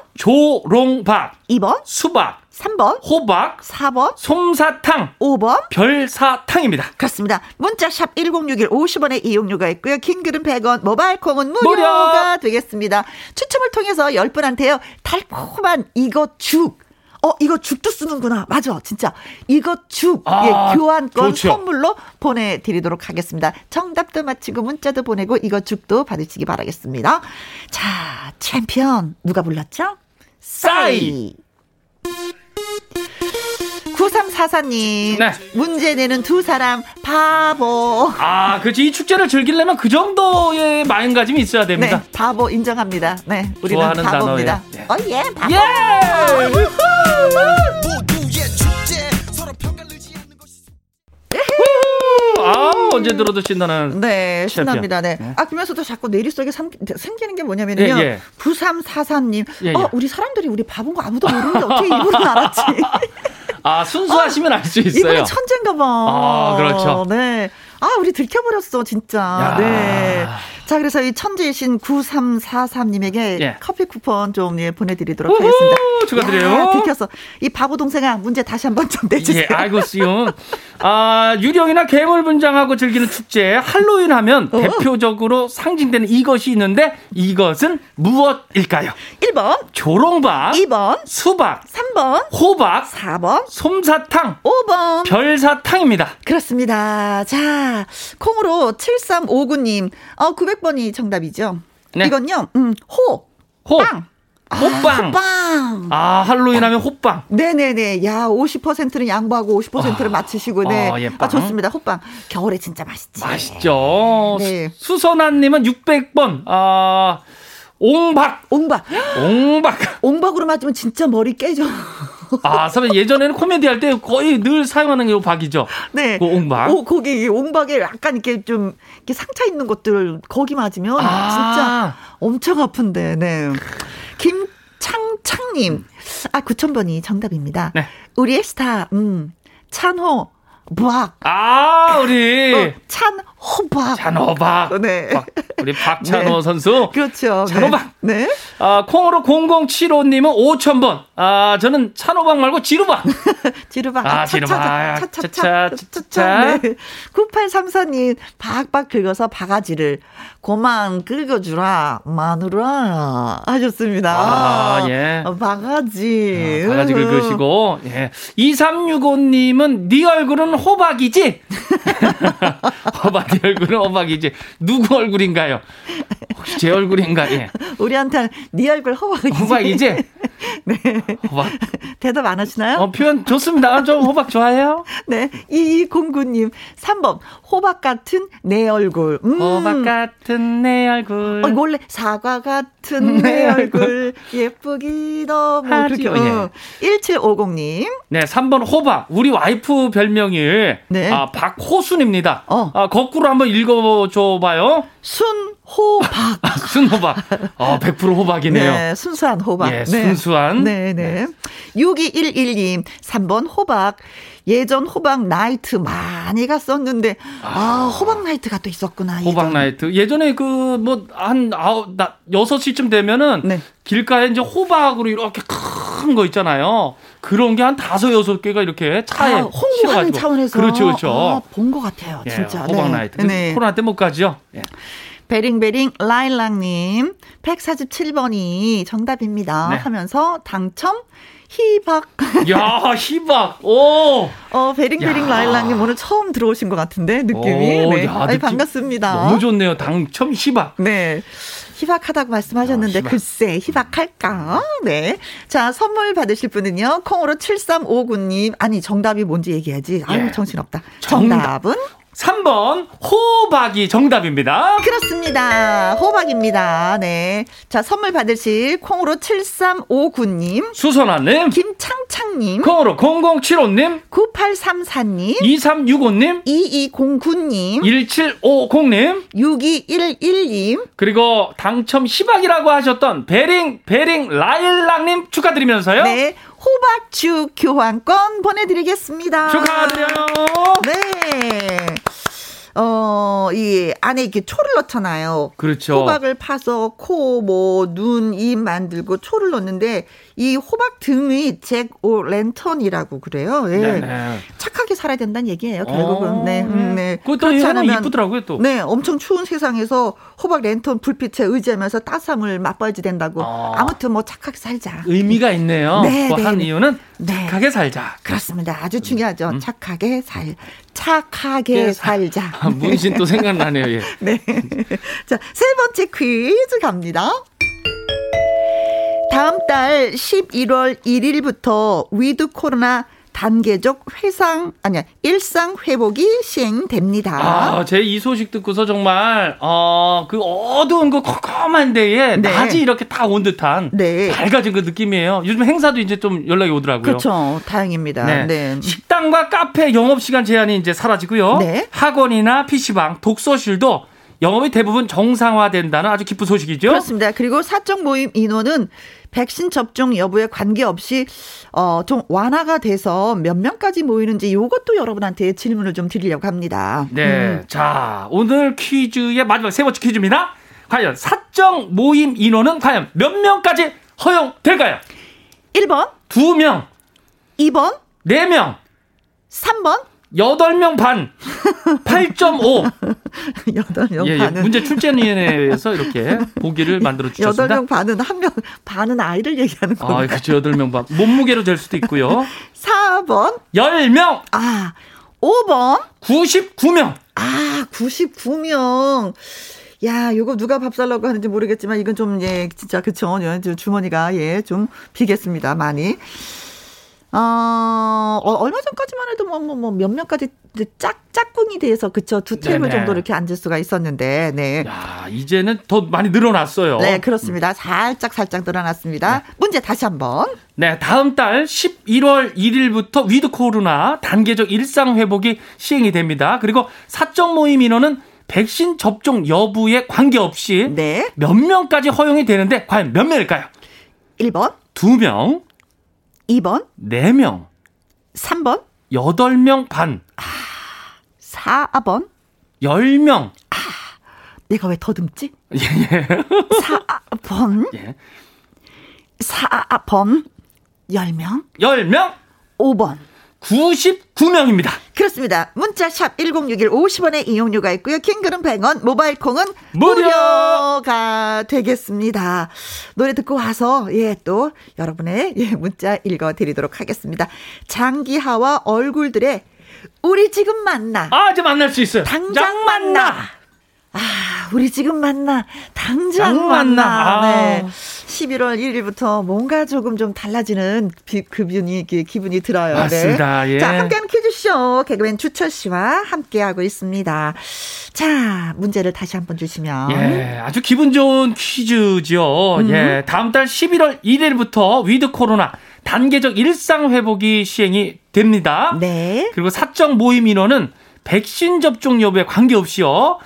C: 조롱박,
A: 2번,
C: 수박,
A: 3번,
C: 호박,
A: 4번,
C: 솜사탕,
A: 5번.
C: 별사탕입니다.
A: 그렇습니다. 문자샵 1061 50원의 이용료가 있고요. 킹글은 100원, 모바일 콩은
C: 무료!
A: 무료가 되겠습니다. 추첨을 통해서 10분한테요. 달콤한 이거 죽. 어, 이거 죽도 쓰는구나. 맞아. 진짜. 이거 죽.
C: 아,
A: 예, 교환권
C: 좋죠.
A: 선물로 보내 드리도록 하겠습니다. 정답도 마치고 문자도 보내고 이거 죽도 받으시기 바라겠습니다. 자, 챔피언 누가 불렀죠? 싸이. 9344님.
C: 네.
A: 문제 내는 두 사람 바보.
C: 아, 그렇지. 이 축제를 즐기려면 그 정도의 마음가짐이 있어야
A: 네,
C: 됩니다.
A: 바보 인정합니다. 네, 우리는
C: 좋아하는
A: 바보입니다.
C: 단어예요.
A: 어, 예, 바보.
C: 예!
D: 모두의 축제 서로 평가를 지 않는 것이
C: 아, 언제 들어도 신나는.
A: 네, 신납니다. 네.
C: 네.
A: 아, 그러면서도 자꾸 내리 속에 삼- 생기는 게 뭐냐면요.
C: 예, 예.
A: 9344님.
C: 예, 예.
A: 어, 우리 사람들이 우리 바본 거 아무도 모르는데 어떻게 이분은 알았지?
C: 아, 순수하시면 알 수 있어요.
A: 이분은 천재인가 봐.
C: 아, 그렇죠.
A: 네. 아, 우리 들켜버렸어, 진짜.
C: 야.
A: 네. 자, 그래서 이 천재신 9343님에게
C: 예.
A: 커피 쿠폰 좀 예, 보내드리도록
C: 우후,
A: 하겠습니다.
C: 축하드려요.
A: 야, 들켰어. 이 바보 동생아, 문제 다시 한번 좀 내주세요.
C: 예, 아이고 수용. 아 유령이나 괴물 분장하고 즐기는 축제 할로윈 하면
A: 어.
C: 대표적으로 상징되는 이것이 있는데 이것은 무엇일까요?
A: 1번,
C: 조롱박,
A: 2번,
C: 수박,
A: 3번,
C: 호박,
A: 4번,
C: 솜사탕,
A: 5번.
C: 별사탕입니다.
A: 그렇습니다. 자, 콩으로 7359님, 어, 900번이 정답이죠.
C: 네.
A: 이건요, 음, 호,
C: 호,
A: 빵. 아,
C: 호빵.
A: 빵.
C: 아 할로윈 하면 호빵.
A: 네네네. 야, 50%는 양보하고 50%를 맞추시고, 네.
C: 아, 예,
A: 아,
C: 빵.
A: 좋습니다. 호빵. 겨울에 진짜 맛있지.
C: 맛있죠.
A: 네.
C: 수- 수선아님은 600번. 아 옹박,
A: 옹박.
C: 옹박.
A: 옹박으로 맞으면 진짜 머리 깨져.
C: 아 선배 예전에는 코미디 할 때 거의 늘 사용하는 게 박이죠.
A: 네.
C: 그 옹박.
A: 오, 거기 이 옹박에 약간 이렇게 좀 이렇게 상처 있는 것들 거기 맞으면
C: 아.
A: 진짜 엄청 아픈데. 네. 김창창님. 아, 9000번이 정답입니다.
C: 네.
A: 우리의 스타, 음, 찬호, 박.
C: 아 우리
A: 어, 찬호박.
C: 찬호박.
A: 네.
C: 박, 우리 박찬호
A: 네.
C: 선수.
A: 그렇죠. 네.
C: 찬호박.
A: 네.
C: 아, 콩으로 0075님은 5,000번. 아, 저는 찬호박 말고 지루박.
A: 지르박. 차차차,
C: 아, 지르박.
A: 차차차. 차차차.
C: 차차차.
A: 네. 9834님, 박박 긁어서 바가지를 고만 긁어주라, 마누라. 하셨습니다.
C: 아, 예.
A: 어, 바가지.
C: 아, 바가지 긁으시고. 예. 2365님은 네 얼굴은 호박이지? 호박, 네 얼굴은 호박이지. 누구 얼굴인가요? 혹시 제 얼굴인가? 예.
A: 우리한테는 네 얼굴 허박이지.
C: 호박이지?
A: 네.
C: 호박.
A: 대답 안 하시나요?
C: 어, 표현 좋습니다. 아, 저 호박 좋아해요?
A: 네. 2209님, 3번. 호박 같은 내 얼굴. 음.
C: 호박 같은 내 얼굴.
A: 어, 이거 원래 사과 같은 내
C: 내
A: 얼굴 예쁘기도 뭐
C: 네. 하지요, 예.
A: 그렇게 어. 1750님
C: 네, 3번 호박. 우리 와이프 별명이
A: 네.
C: 아, 박호순입니다.
A: 어.
C: 아, 거꾸로 한번 읽어줘 봐요.
A: 순호박
C: 아, 순호박. 어, 100% 호박이네요.
A: 네, 순수한 호박.
C: 예, 순수한.
A: 네, 네. 6211님, 3번 호박. 예전 호박 나이트 많이 갔었는데, 아, 호박 나이트가 또 있었구나.
C: 호박
A: 예전.
C: 나이트. 예전에 그 뭐 한 아홉 나 여섯 시쯤 되면은
A: 네.
C: 길가에 이제 호박으로 이렇게 큰 거 있잖아요. 그런 게 한 다섯 여섯 개가 이렇게 차에
A: 아, 홍보하는
C: 실어가지고.
A: 차원에서.
C: 그렇죠, 그렇죠.
A: 아, 본것 같아요.
C: 예,
A: 진짜.
C: 호박
A: 네.
C: 나이트. 근데 코로나 때 못 가죠. 예.
A: 베링베링 라일락님 147번이 정답입니다
C: 네.
A: 하면서 당첨 희박
C: 야, 희박. 오!
A: 어 베링베링
C: 야.
A: 라일락님 오늘 처음 들어오신 것 같은데 느낌이
C: 오,
A: 네.
C: 야,
A: 아이,
C: 느낌
A: 반갑습니다.
C: 너무 좋네요. 당첨 희박.
A: 네. 희박하다고 말씀하셨는데
C: 아, 희박.
A: 글쎄 희박할까? 네. 자 선물 받으실 분은요 콩으로 7359님 아니 정답이 뭔지 얘기하지. 아유
C: 예.
A: 정신없다.
C: 정답.
A: 정답은
C: 3번 호박이 정답입니다.
A: 그렇습니다. 호박입니다. 네. 자, 선물 받으실 콩으로 7359님,
C: 수선아님,
A: 김창창님,
C: 콩으로 0075님,
A: 9834님,
C: 2365님,
A: 2209님,
C: 1750님,
A: 6211님,
C: 그리고 당첨 희박이라고 하셨던 베링, 베링, 라일락님 축하드리면서요.
A: 네. 호박죽 교환권 보내드리겠습니다.
C: 축하드려요.
A: 네. 어, 이 안에 이렇게 초를 넣잖아요.
C: 그렇죠.
A: 호박을 파서 코, 뭐, 눈, 입 만들고 초를 넣는데 이 호박 등의 잭 오 랜턴이라고 그래요. 예.
C: 네, 네.
A: 착하게 살아야 된다는 얘기예요. 결국은
C: 어,
A: 네, 음, 네.
C: 그것도
A: 그렇지
C: 얘는
A: 않으면,
C: 이쁘더라고요, 또.
A: 네, 엄청 추운 세상에서 호박 랜턴 불빛에 의지하면서 따스함을 맛봐야지 된다고.
C: 어.
A: 아무튼 뭐 착하게 살자.
C: 의미가 있네요.
A: 네,
C: 그거
A: 네,
C: 한
A: 네.
C: 이유는
A: 네.
C: 착하게 살자.
A: 그렇습니다. 아주 중요하죠. 착하게 살, 착하게
C: 예, 살-
A: 살자.
C: 아, 문신 또 생각나네요. 예.
A: 네. 자, 세 번째 퀴즈 갑니다. 다음 달 11월 1일부터 위드 코로나 단계적 회상, 아니야, 일상 회복이 시행됩니다.
C: 아, 제 이 소식 듣고서 정말 어, 그 어두운 그 컴컴한 데에
A: 네.
C: 낮이 이렇게 다 온 듯한
A: 네.
C: 밝아진 그 느낌이에요. 요즘 행사도 이제 좀 연락이 오더라고요.
A: 그렇죠. 다행입니다. 네.
C: 네. 식당과 카페 영업 시간 제한이 이제 사라지고요.
A: 네.
C: 학원이나 PC방, 독서실도 영업이 대부분 정상화된다는 아주 기쁜 소식이죠.
A: 그렇습니다. 그리고 사적 모임 인원은 백신 접종 여부에 관계없이 어, 좀 완화가 돼서 몇 명까지 모이는지 요것도 여러분한테 질문을 좀 드리려고 합니다. 음.
C: 네. 자, 오늘 퀴즈의 마지막 세 번째 퀴즈입니다. 과연 사적 모임 인원은 과연 몇 명까지 허용될까요?
A: 1번,
C: 두명
A: 2번,
C: 네명
A: 3번,
C: 여덟 명 반, 8.5.
A: 8명
C: 예, 예.
A: 반은
C: 문제 출제위원회에서 이렇게 보기를 만들어
A: 여덟
C: 주셨습니다.
A: 명 반은 한 명 반은 아이를 얘기하는
C: 아,
A: 거예요.
C: 그렇죠. 여덟 명 반. 몸무게로 될 수도 있고요.
A: 4번,
C: 열명
A: 아, 5번,
C: 99명.
A: 아, 99명. 야, 요거 누가 밥 살라고 하는지 모르겠지만 이건 좀 예, 진짜 그쵸. 예, 저 주머니가 예, 좀 비겠습니다. 많이. 어, 어, 얼마 전까지만 해도 뭐, 뭐, 뭐, 몇 명까지 이제 짝, 짝꿍이 돼서, 그쵸. 두 테이블
C: 네네.
A: 정도 이렇게 앉을 수가 있었는데, 네.
C: 야, 이제는 더 많이 늘어났어요.
A: 네, 그렇습니다. 살짝, 살짝 늘어났습니다. 문제 다시 한 번.
C: 네, 다음 달 11월 1일부터 위드 코로나 단계적 일상 회복이 시행이 됩니다. 그리고 사적 모임 인원은 백신 접종 여부에 관계없이
A: 네.
C: 몇 명까지 허용이 되는데 과연 몇 명일까요?
A: 1번,
C: 두명
A: 2번,
C: 네명
A: 3번,
C: 여덟 명 반,
A: 4번.
C: 열명
A: 내가 왜 더듬지? 예, 예. 4번.
C: 예.
A: 4번 10명
C: 열명
A: 5번
C: 99명입니다.
A: 그렇습니다. 문자샵 1061 50원의 이용료가 있고요. 킹글은 100원, 모바일 콩은
C: 무료!
A: 무료가 되겠습니다. 노래 듣고 와서 예 또 여러분의 예 문자 읽어 드리도록 하겠습니다. 장기하와 얼굴들의 우리 지금 만나.
C: 아, 이제 만날 수 있어요.
A: 당장 만나. 아, 우리 지금 만나. 당장
C: 당
A: 만나.
C: 만나. 아.
A: 네. 11월 1일부터 뭔가 조금 좀 달라지는 비- 그분이 그 기분이 들어요. 네.
C: 맞습니다. 예.
A: 자, 함께하는 퀴즈쇼 개그맨 주철 씨와 함께하고 있습니다. 자, 문제를 다시 한번 주시면
C: 예, 아주 기분 좋은 퀴즈죠. 예, 다음 달 11월 1일부터 위드 코로나 단계적 일상 회복이 시행이 됩니다.
A: 네.
C: 그리고 사적 모임 인원은 백신 접종 여부에 관계없이요.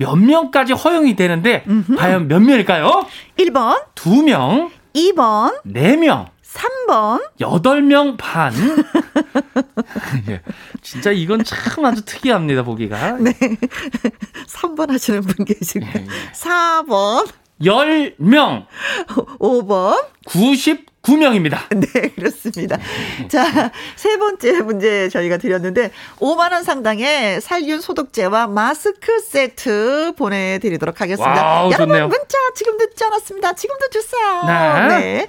C: 몇 명까지 허용이 되는데 과연 몇 명일까요?
A: 1번,
C: 두명
A: 2번,
C: 네명
A: 3번.
C: 여덟 명 반. 예, 진짜 이건 참 아주 특이합니다, 보기가.
A: 네. 3번 하시는 분 계시고.
C: 예, 예.
A: 4번,
C: 열명
A: 5번.
C: 99명입니다.
A: 네, 그렇습니다. 자, 세 번째 문제 저희가 드렸는데 5만 원 상당의 살균 소독제와 마스크 세트 보내 드리도록 하겠습니다.
C: 와우,
A: 여러분
C: 좋네요.
A: 문자 지금 늦지 않았습니다. 지금도 주세요.
C: 네.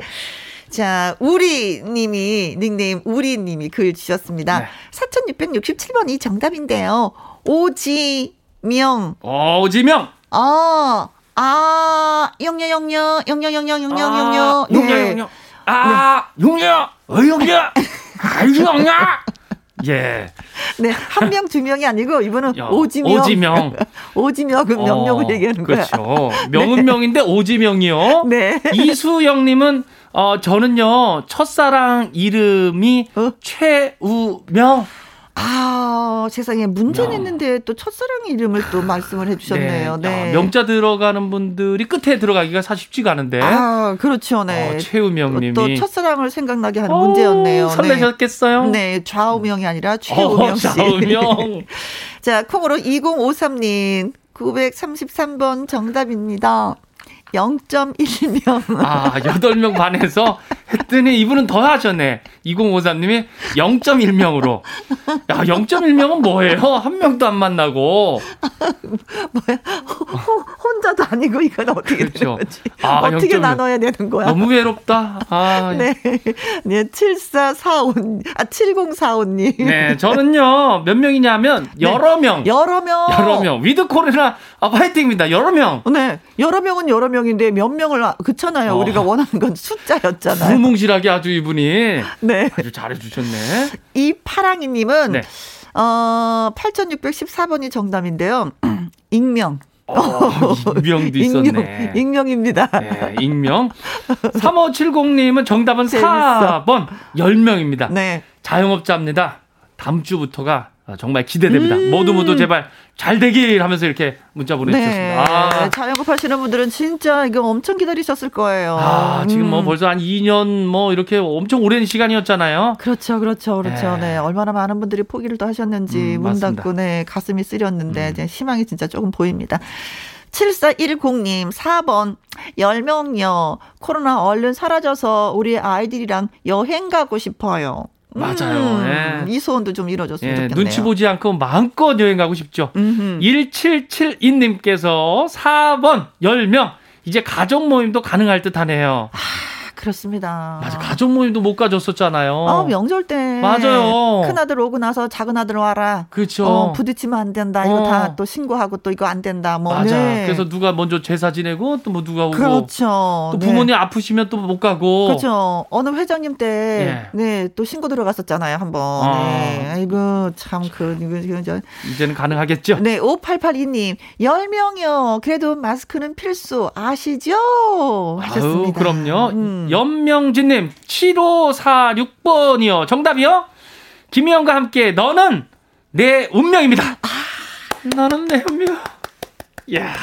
A: 자, 우리 님이 닉네임 우리 님이 글 주셨습니다.
C: 네.
A: 4667번이 정답인데요. 오지명.
C: 어, 오지명.
A: 어. 아, 영여 영여 영여 영여 영여 영여.
C: 아, 용녀,
A: 네.
C: 용녀. 아, 용녀. 어, 용녀. 아유, 용녀. 예.
A: 네, 한 명, 두 명이 아니고, 이분은
C: 야,
A: 오지명.
C: 오지명.
A: 오지명, 그 명령을
C: 어,
A: 얘기하는 거야.
C: 그렇죠. 명은 명인데 오지명이요.
A: 네.
C: 이수영님은 어 저는요 첫사랑 이름이
A: 어?
C: 최우명.
A: 아, 세상에, 문제
C: 명.
A: 냈는데 또 첫사랑 이름을 또 말씀을 해주셨네요. 네.
C: 아, 명자 들어가는 분들이 끝에 들어가기가 사실 쉽지가 않은데.
A: 아, 그렇죠. 네.
C: 어, 최우명님이
A: 또 첫사랑을 생각나게 하는
C: 어우,
A: 문제였네요. 네.
C: 설레셨겠어요?
A: 네, 좌우명이 아니라
C: 어,
A: 최우명 씨.
C: 좌우명.
A: 자, 콩으로 2053님, 933번 정답입니다. 0.1명.
C: 아, 8명 반에서 했더니 이분은 더 하셨네. 2053님이 0.1명으로. 야, 0.1명은 뭐예요? 한 명도 안 만나고.
A: 호- 혼자도 아니고 이건 어떻게 되는
C: 그렇죠.
A: 거지?
C: 아,
A: 어떻게
C: 0.1.
A: 나눠야 되는 거야?
C: 너무 외롭다. 아,
A: 네. 네, 7445, 아, 7045님.
C: 네, 저는요, 몇 명이냐면, 여러 명.
A: 네. 여러 명.
C: 여러 명. 위드 코로나, 아, 파이팅입니다. 여러 명.
A: 네. 여러 명은 여러 명인데 몇 명을, 아- 그렇잖아요.
C: 어.
A: 우리가 원하는 건 숫자였잖아요.
C: 무뭉실하게 아주 이분이
A: 네.
C: 아주 잘해주셨네.
A: 이 파랑이님은,
C: 네.
A: 어, 8614번이 정답인데요. 익명.
C: 어, 익명도 있었네.
A: 익명, 익명입니다.
C: 네, 익명. 3570님은 정답은
A: 재밌어.
C: 4번. 10명입니다.
A: 네.
C: 자영업자입니다. 다음 주부터가 정말 기대됩니다.
A: 음.
C: 모두 모두 제발 잘 되길 하면서 이렇게 문자
A: 네.
C: 보내주셨습니다. 아.
A: 자영업 하시는 분들은 진짜 이거 엄청 기다리셨을 거예요.
C: 아, 지금 뭐
A: 음.
C: 벌써 한 2년 뭐 이렇게 엄청 오랜 시간이었잖아요.
A: 그렇죠, 그렇죠, 그렇죠.
C: 예.
A: 네. 얼마나 많은 분들이 포기를 또 하셨는지
C: 음,
A: 문
C: 맞습니다. 음.
A: 닫고 네, 가슴이 쓰렸는데 이제 희망이 진짜 조금 보입니다. 7410님, 4번, 10명요. 코로나 얼른 사라져서 우리 아이들이랑 여행 가고 싶어요. 음,
C: 맞아요. 예.
A: 이 소원도 좀 이루어졌으면
C: 예,
A: 좋겠네요.
C: 눈치 보지 않고 마음껏 여행 가고 싶죠.
A: 음흠.
C: 1772님께서 4번 10명. 이제 가족 모임도 가능할 듯 하네요.
A: 아, 그렇습니다.
C: 맞아. 가족 모임도 못 가졌었잖아요.
A: 아, 명절 때.
C: 맞아요.
A: 큰아들 오고 나서 작은아들 와라.
C: 그렇죠.
A: 어, 부딪히면 안 된다. 이거
C: 어.
A: 다 또 신고하고 또 이거 안 된다. 뭐.
C: 맞아.
A: 네.
C: 그래서 누가 먼저 제사 지내고 또 뭐 누가 오고
A: 그렇죠.
C: 또
A: 네.
C: 부모님 아프시면 또 못 가고
A: 그렇죠. 어느 회장님 때,
C: 예.
A: 네, 또 신고 들어갔었잖아요, 한 번.
C: 아.
A: 네. 아이고, 참, 그, 이거, 이거, 저.
C: 이제는 가능하겠죠.
A: 네, 5882님, 10명이요. 그래도 마스크는 필수. 아시죠? 하셨습니다.
C: 아유, 그럼요.
A: 음.
C: 연명진님, 7546번이요. 정답이요? 김희영과 함께 너는 내 운명입니다.
A: 아.
C: 너는 내 운명. 야,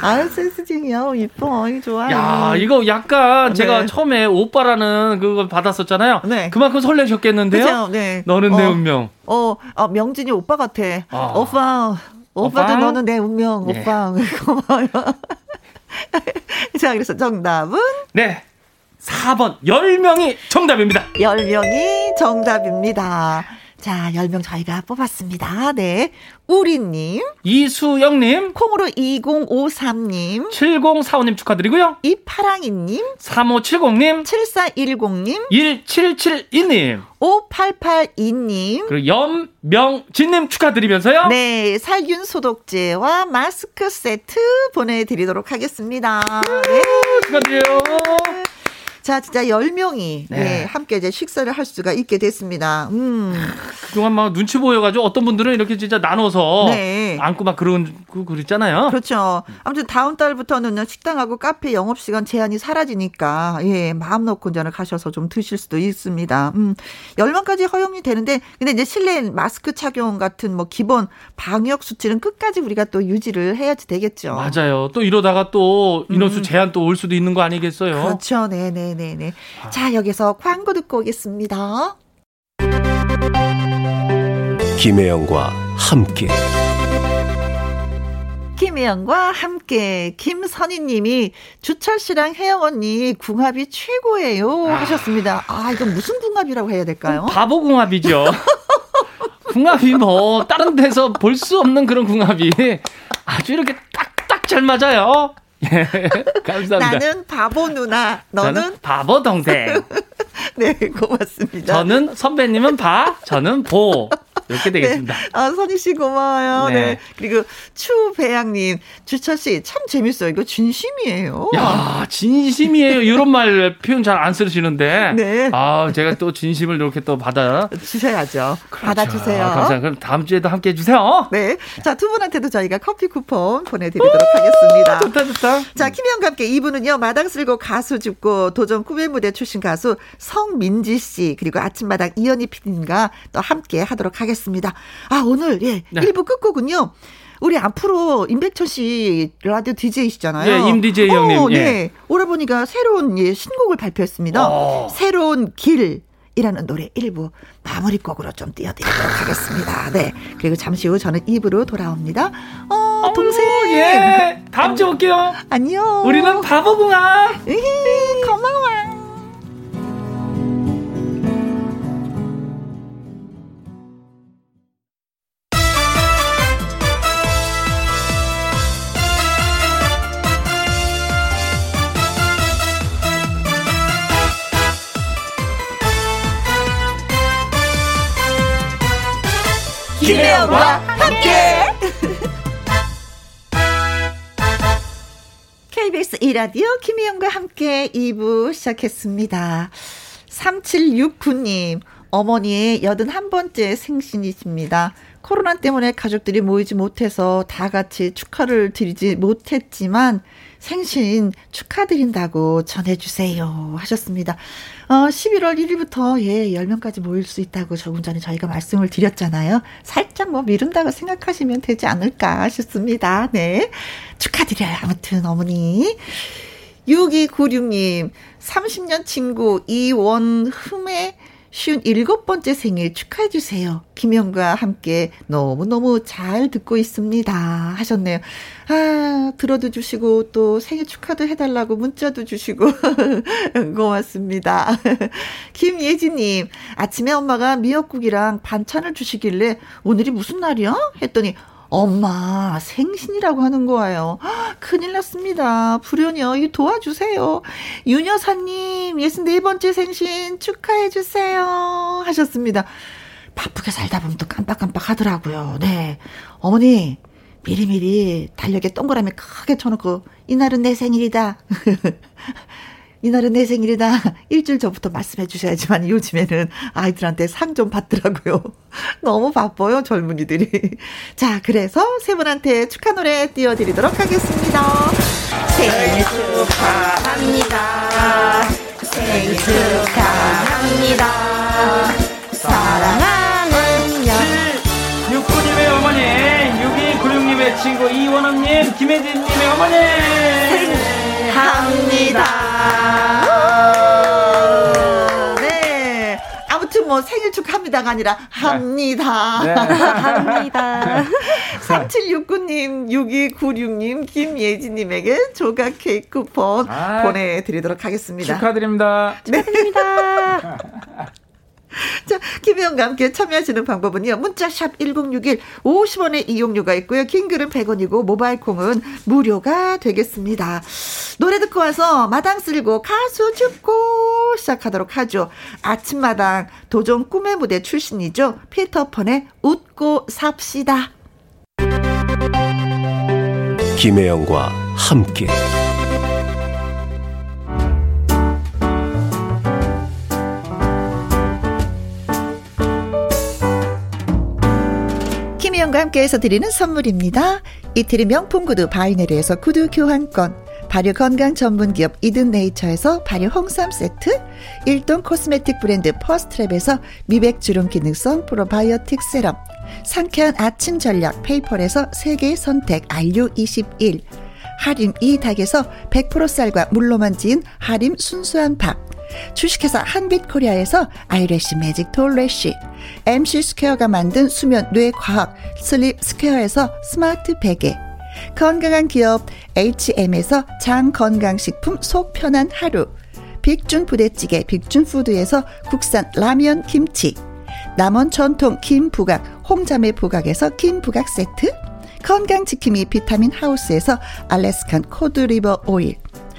A: 아유, 센스쟁이요. 이뻐. 이거 좋아요.
C: 야, 이거 약간 제가
A: 네.
C: 처음에 오빠라는 그거 받았었잖아요.
A: 네.
C: 그만큼 설레셨겠는데요?
A: 그죠? 네.
C: 너는
A: 어,
C: 내 운명.
A: 어, 아, 명진이 오빠 같아.
C: 아.
A: 오빠, 오빠도
C: 오빠?
A: 너는 내 운명,
C: 예.
A: 오빠. 고마워요. 자, 그래서 정답은?
C: 네. 4번 10명이 정답입니다.
A: 10명이 정답입니다. 자, 10명 저희가 뽑았습니다. 네. 우리님,
C: 이수영님,
A: 콩으로 2053님,
C: 7045님 축하드리고요.
A: 이파랑이님,
C: 3570님,
A: 7410님,
C: 1772님.
A: 5882님,
C: 그리고 염명진님 축하드리면서요.
A: 네, 살균 소독제와 마스크 세트 보내드리도록 하겠습니다. 네.
C: 축하드려요.
A: 자, 진짜 10명이
C: 네.
A: 함께 이제 식사를 할 수가 있게 됐습니다. 음.
C: 그동안 막 눈치 보여가지고 어떤 분들은 이렇게 진짜 나눠서
A: 네.
C: 안고 막 그런 그 그랬잖아요.
A: 그렇죠. 아무튼 다음 달부터는 식당하고 카페 영업 시간 제한이 사라지니까 예 마음 놓고 이제는 가셔서 좀 드실 수도 있습니다. 음 열만까지 허용이 되는데 근데 이제 실내 마스크 착용 같은 뭐 기본 방역 수칙은 끝까지 우리가 또 유지를 해야지 되겠죠.
C: 맞아요. 또 이러다가 또 인원수 제한 또 올 수도 있는 거 아니겠어요?
A: 음. 그렇죠. 네네네네.
C: 아.
A: 자 여기서 광고 듣고 오겠습니다.
B: 김혜영과 함께
A: 김혜영과 함께 김선희님이 주철 씨랑 혜영 언니 궁합이 최고예요 하셨습니다. 아 이건 무슨 궁합이라고 해야 될까요?
C: 바보 궁합이죠. 궁합이 뭐 다른 데서 볼 수 없는 그런 궁합이 아주 이렇게 딱딱 잘 맞아요. 예, 감사합니다.
A: 나는 바보 누나, 너는
C: 저는 바보 동생.
A: 네 고맙습니다.
C: 저는 선배님은 바, 저는 보. 이렇게 되겠습니다.
A: 아 선희 씨 고마워요. 네,
C: 네.
A: 그리고 추배양님 주철 씨 참 재밌어요. 이거 진심이에요.
C: 야, 진심이에요. 이런 말 표현 잘 안 쓰시는데.
A: 네.
C: 아, 제가 또 진심을 이렇게 또 받아.
A: 주셔야죠. 받아주세요.
C: 아, 감사합니다. 그럼 다음 주에도 함께 해주세요.
A: 네, 자 두 분한테도 저희가 커피 쿠폰 보내드리도록 하겠습니다.
C: 좋다, 좋다.
A: 자, 김희영과 함께 이분은요, 마당 쓸고 가수 줍고 도전 꿈의 무대 출신 가수 성민지 씨, 그리고 아침마당 이현희 PD님과 또 함께 하도록 하겠습니다. 아, 오늘, 예,
C: 네.
A: 일부 끝곡은요, 우리 앞으로 임백천 씨 라디오 DJ시잖아요.
C: 네, 임 DJ 형님,
A: 네.
C: 예.
A: 오라버니가 새로운 예, 신곡을 발표했습니다.
C: 어.
A: 새로운 길. 이라는 노래 일부 마무리 곡으로 좀 띄워드리도록 하겠습니다. 네. 그리고 잠시 후 저는 입으로 돌아옵니다. 어, 동생.
C: 예. 다음 주에 올게요.
A: 안녕.
C: 우리는 바보 궁합.
A: 으히, 고마워.
C: 김혜영과
A: 함께. KBS 이라디오 김희영과 함께 2부 시작했습니다. 3769님, 어머니의 81번째 생신이십니다. 코로나 때문에 가족들이 모이지 못해서 다 같이 축하를 드리지 못했지만, 생신 축하드린다고 전해주세요. 하셨습니다. 어, 11월 1일부터 예, 10명까지 모일 수 있다고 조금 전에 저희가 말씀을 드렸잖아요. 살짝 뭐 미룬다고 생각하시면 되지 않을까 싶습니다. 네. 축하드려요. 아무튼 어머니. 6296님, 30년 친구 이원흠의 57번째 생일 축하해주세요. 김영과 함께 너무너무 잘 듣고 있습니다. 하셨네요. 아, 들어도 주시고, 또 생일 축하도 해달라고 문자도 주시고. 고맙습니다. 김예진님, 아침에 엄마가 미역국이랑 반찬을 주시길래 오늘이 무슨 날이야? 했더니, 엄마 생신이라고 하는 거예요. 헉, 큰일 났습니다. 불효녀 이 도와주세요. 유녀사님 예순 네 번째 생신 축하해 주세요. 하셨습니다. 바쁘게 살다 보면 또 깜빡깜빡 하더라고요. 네 어머니 미리미리 달력에 동그라미 크게 쳐놓고 이날은 내 생일이다. 이날은 내 생일이다. 일주일 전부터 말씀해 주셔야지만 요즘에는 아이들한테 상 좀 받더라고요. 너무 바빠요, 젊은이들이. 자, 그래서 세 분한테 축하 노래 띄워드리도록 하겠습니다. 생일 축하합니다. 생일 축하합니다. 사랑하는 여
C: 69님의 어머니, 6296님의 친구 이원원님, 김혜진님의 어머니.
A: 합니다. 네. 아무튼 뭐 생일 축하합니다가 아니라
C: 네.
A: 합니다.
E: 합니다.
A: 3769님, 6296님, 김예진님에게 조각 케이크 쿠폰
C: 아.
A: 보내드리도록 하겠습니다.
C: 축하드립니다.
E: 축하드립니다.
A: 자, 김혜영과 함께 참여하시는 방법은요. 문자샵 1061, 50원의 이용료가 있고요. 킹글은 100원이고, 모바일 콩은 무료가 되겠습니다. 노래 듣고 와서 마당 쓸고 가수 춥고 시작하도록 하죠. 아침마당 도전 꿈의 무대 출신이죠. 피터펀의 웃고 삽시다.
B: 김혜영과 함께
A: 김희영과 함께해서 드리는 선물입니다. 이태리 명품 구두 바이네르에서 구두 교환권, 발효 건강 전문 기업 이든 네이처에서 발효 홍삼 세트, 일동 코스메틱 브랜드 퍼스트랩에서 미백 주름 기능성 프로바이오틱 세럼, 상쾌한 아침 전략 페이펄에서 세계 선택 RU21, 하림 이 닭에서 100% 쌀과 물로만 지은 하림 순수한 밥. 주식회사 한빛코리아에서 아이래쉬 매직 톨래쉬 MC 스퀘어가 만든 수면 뇌 과학 슬립 스퀘어에서 스마트 베개 건강한 기업 HM에서 장 건강식품 속 편한 하루 빅준 부대찌개 빅준푸드에서 국산 라면 김치 남원 전통 김부각 홍자매 부각에서 김부각 세트 건강지킴이 비타민 하우스에서 알래스칸 코드리버 오일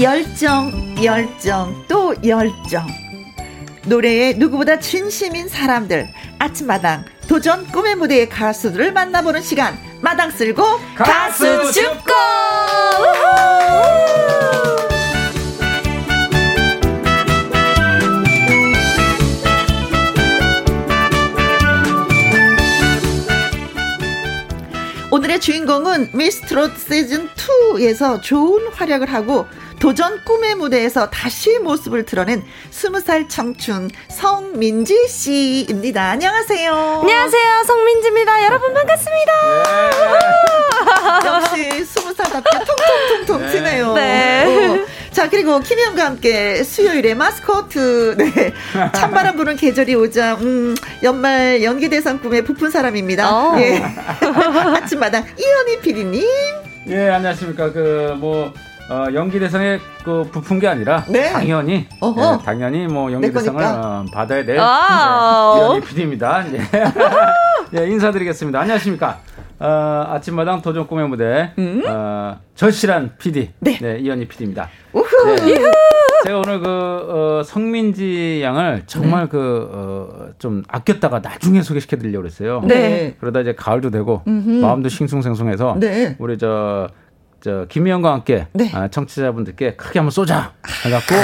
A: 열정, 열정, 또 열정. 노래에 누구보다 진심인 사람들. 아침마당 도전 꿈의 무대의 가수들을 만나보는 시간. 마당 쓸고 가수 줍고! 오늘의 주인공은 미스트롯 시즌 2에서 좋은 활약을 하고 도전 꿈의 무대에서 다시 모습을 드러낸 20살 청춘 성민지 씨입니다. 안녕하세요.
E: 안녕하세요, 성민지입니다. 여러분 반갑습니다.
A: 역시 20살답게 통통통통 치네요.
E: 네.
A: 어.
F: 자, 그리고 김희영과 함께 수요일에 마스코트. 네. 찬바람 부는 계절이 오자, 음, 연말 연기대상 꿈에 부푼 사람입니다.
E: 어.
F: 예. 아침마당 이현희 PD님.
G: 예, 안녕하십니까. 그, 뭐, 어, 연기대상에 그 부푼 게 아니라,
F: 네.
G: 당연히,
F: 어허.
G: 예, 당연히 뭐 연기대상을
F: 내
G: 어, 받아야 될
E: 와우.
F: 어?
G: 예, 이현희 PD입니다. 예. 예, 인사드리겠습니다. 안녕하십니까. 어, 아침마당 도전 꿈의 무대, 어, 절실한 PD,
F: 음? 네.
G: 이현희 PD입니다. 네.
F: 우후.
G: 제가 오늘 그 어, 성민지 양을
F: 네.
G: 정말 그, 어, 그좀 아꼈다가 나중에 소개시켜드리려고 그랬어요.
F: 네.
G: 그러다 이제 가을도 되고 마음도 싱숭생숭해서
F: 네.
G: 우리 저. 저 김희영과 함께
F: 네.
G: 아, 청취자분들께 크게 한번 쏘자 해갖고
F: 아.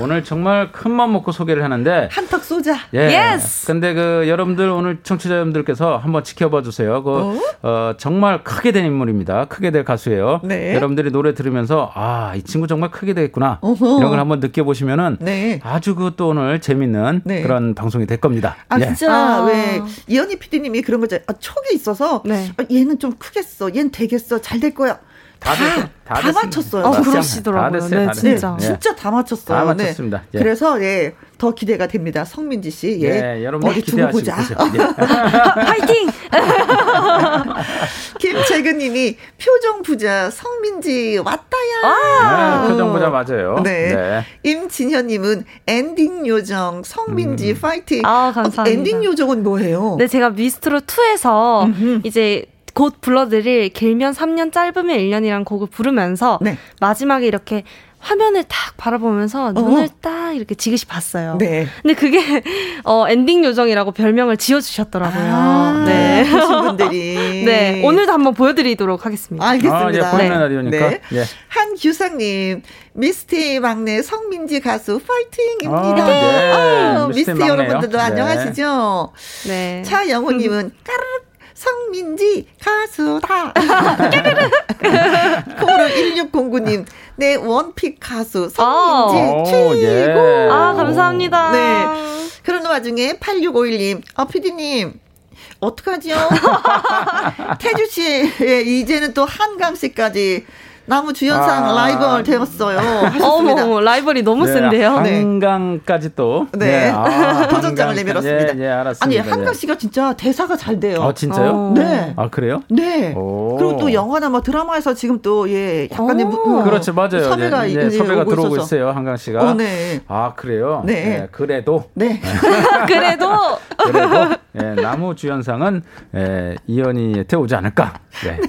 G: 오늘 정말 큰 맘 먹고 소개를 하는데
F: 한턱 쏘자.
G: 예.
E: Yes.
G: 근데 그 여러분들 오늘 청취자 여러분들께서 한번 지켜봐 주세요. 그 어, 정말 크게 된 인물입니다. 크게 될 가수예요.
F: 네.
G: 여러분들이 노래 들으면서 아, 이 친구 정말 크게 되겠구나.
F: 어허.
G: 이런 걸 한번 느껴 보시면은
F: 네.
G: 아주 그 또 오늘 재밌는
F: 네.
G: 그런 방송이 될 겁니다.
F: 아,
G: 예.
F: 진짜,
E: 아.
F: 왜, 이현희 PD님이 그런 거죠. 아, 촉이 있어서,
E: 네.
F: 아, 얘는 좀 크겠어. 얘는 되겠어. 잘 될 거야. 다,
G: 다 됐- 다
F: 다,
G: 됐습니다.
F: 맞췄어요.
E: 어,
G: 맞지 않아요?
E: 그러시더라고요.
G: 다 됐어요,
E: 네,
G: 다
F: 네,
E: 진짜.
G: 됐어요. 예.
F: 진짜 다 맞췄어요.
G: 다 맞췄습니다.
F: 네.
G: 예.
F: 그래서, 예, 더 기대가 됩니다. 성민지 씨. 예.
G: 예, 여러분들
F: 머리
G: 기대하시고
F: 두고 보자.
G: 계세요. 예.
E: 파이팅! 아,
F: 김재근님이 표정 부자 성민지
E: 아.
F: 왔다야.
G: 네, 표정 보자 맞아요.
F: 아. 네. 임진현님은 엔딩 요정
G: 음.
F: 성민지 파이팅.
E: 아,
F: 어,
E: 감사합니다.
F: 엔딩 요정은 뭐예요?
E: 네, 제가 미스트로 2에서 이제 곧 불러드릴 길면 3년 짧으면 1년이란 곡을 부르면서
F: 네.
E: 마지막에 이렇게 화면을 딱 바라보면서 눈을 딱 이렇게 지그시 봤어요.
F: 어, 네.
E: 근데 그게 어, 엔딩 요정이라고 별명을 지어주셨더라고요.
F: 아,
E: 네.
F: 보신 분들이.
E: 네, 오늘도 한번 보여드리도록 하겠습니다.
F: 알겠습니다. 네.
G: 아, 예, 보이는 라디오니까. 예.
F: 한규상님, 미스티 막내 성민지 가수 파이팅입니다.
G: 아, 네.
F: 아유, 미스티,
G: 미스티 막내요.
F: 여러분들도
G: 네.
F: 안녕하시죠?
E: 네.
F: 차영호님은 까르륵 성민지 가수다. 코로 1609님, 내 원픽 가수
G: 오,
F: 성민지
G: 예.
F: 최고.
E: 아, 감사합니다.
F: 네. 그런 와중에 8651님, 아, 피디님. 어떡하지요? 태주 씨, 예, 이제는 또 한강씨까지 나무 주연상
G: 아.
F: 라이벌 되었어요. 하셨습니다.
E: 어머, 라이벌이 너무
G: 네,
E: 센데요.
F: 네.
G: 한강까지 또.
F: 네.
G: 아,
F: 도전장을
G: 한강까지.
F: 내밀었습니다.
G: 예, 예, 알았습니다.
F: 아니,
G: 예.
F: 한강씨가 진짜 대사가 잘 돼요.
G: 아, 진짜요?
E: 어.
F: 네.
G: 아, 그래요?
F: 네.
G: 오.
F: 그리고 또 영화나 뭐 드라마에서 지금 또, 예, 약간의.
E: 오.
F: 무- 어,
G: 그렇죠, 맞아요.
F: 섭외가,
G: 예, 예,
F: 이제
G: 섭외가
F: 오고
G: 들어오고
F: 있어서.
G: 있어요 한강 씨가.
F: 어, 네.
G: 아, 그래요?
F: 네.
G: 예, 그래도.
F: 네.
E: 그래도
G: 그래도 예, 나무 주연상은 예, 이현이한테 오지 않을까. 예.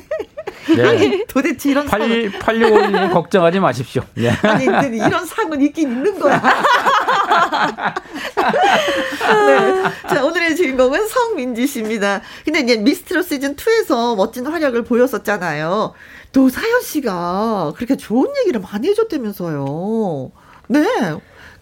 G: 예.
F: 도대체 이런 상은.
G: 8 8651님 걱정하지 마십시오. 예.
F: 아니, 근데 이런 상은 있긴 있는 거야. 네. 자, 오늘의 주인공은 성민지 씨입니다. 근데 이제 미스트로 시즌 2에서 멋진 활약을 보였었잖아요. 또 사연 씨가 그렇게 좋은 얘기를 많이 해줬다면서요. 네.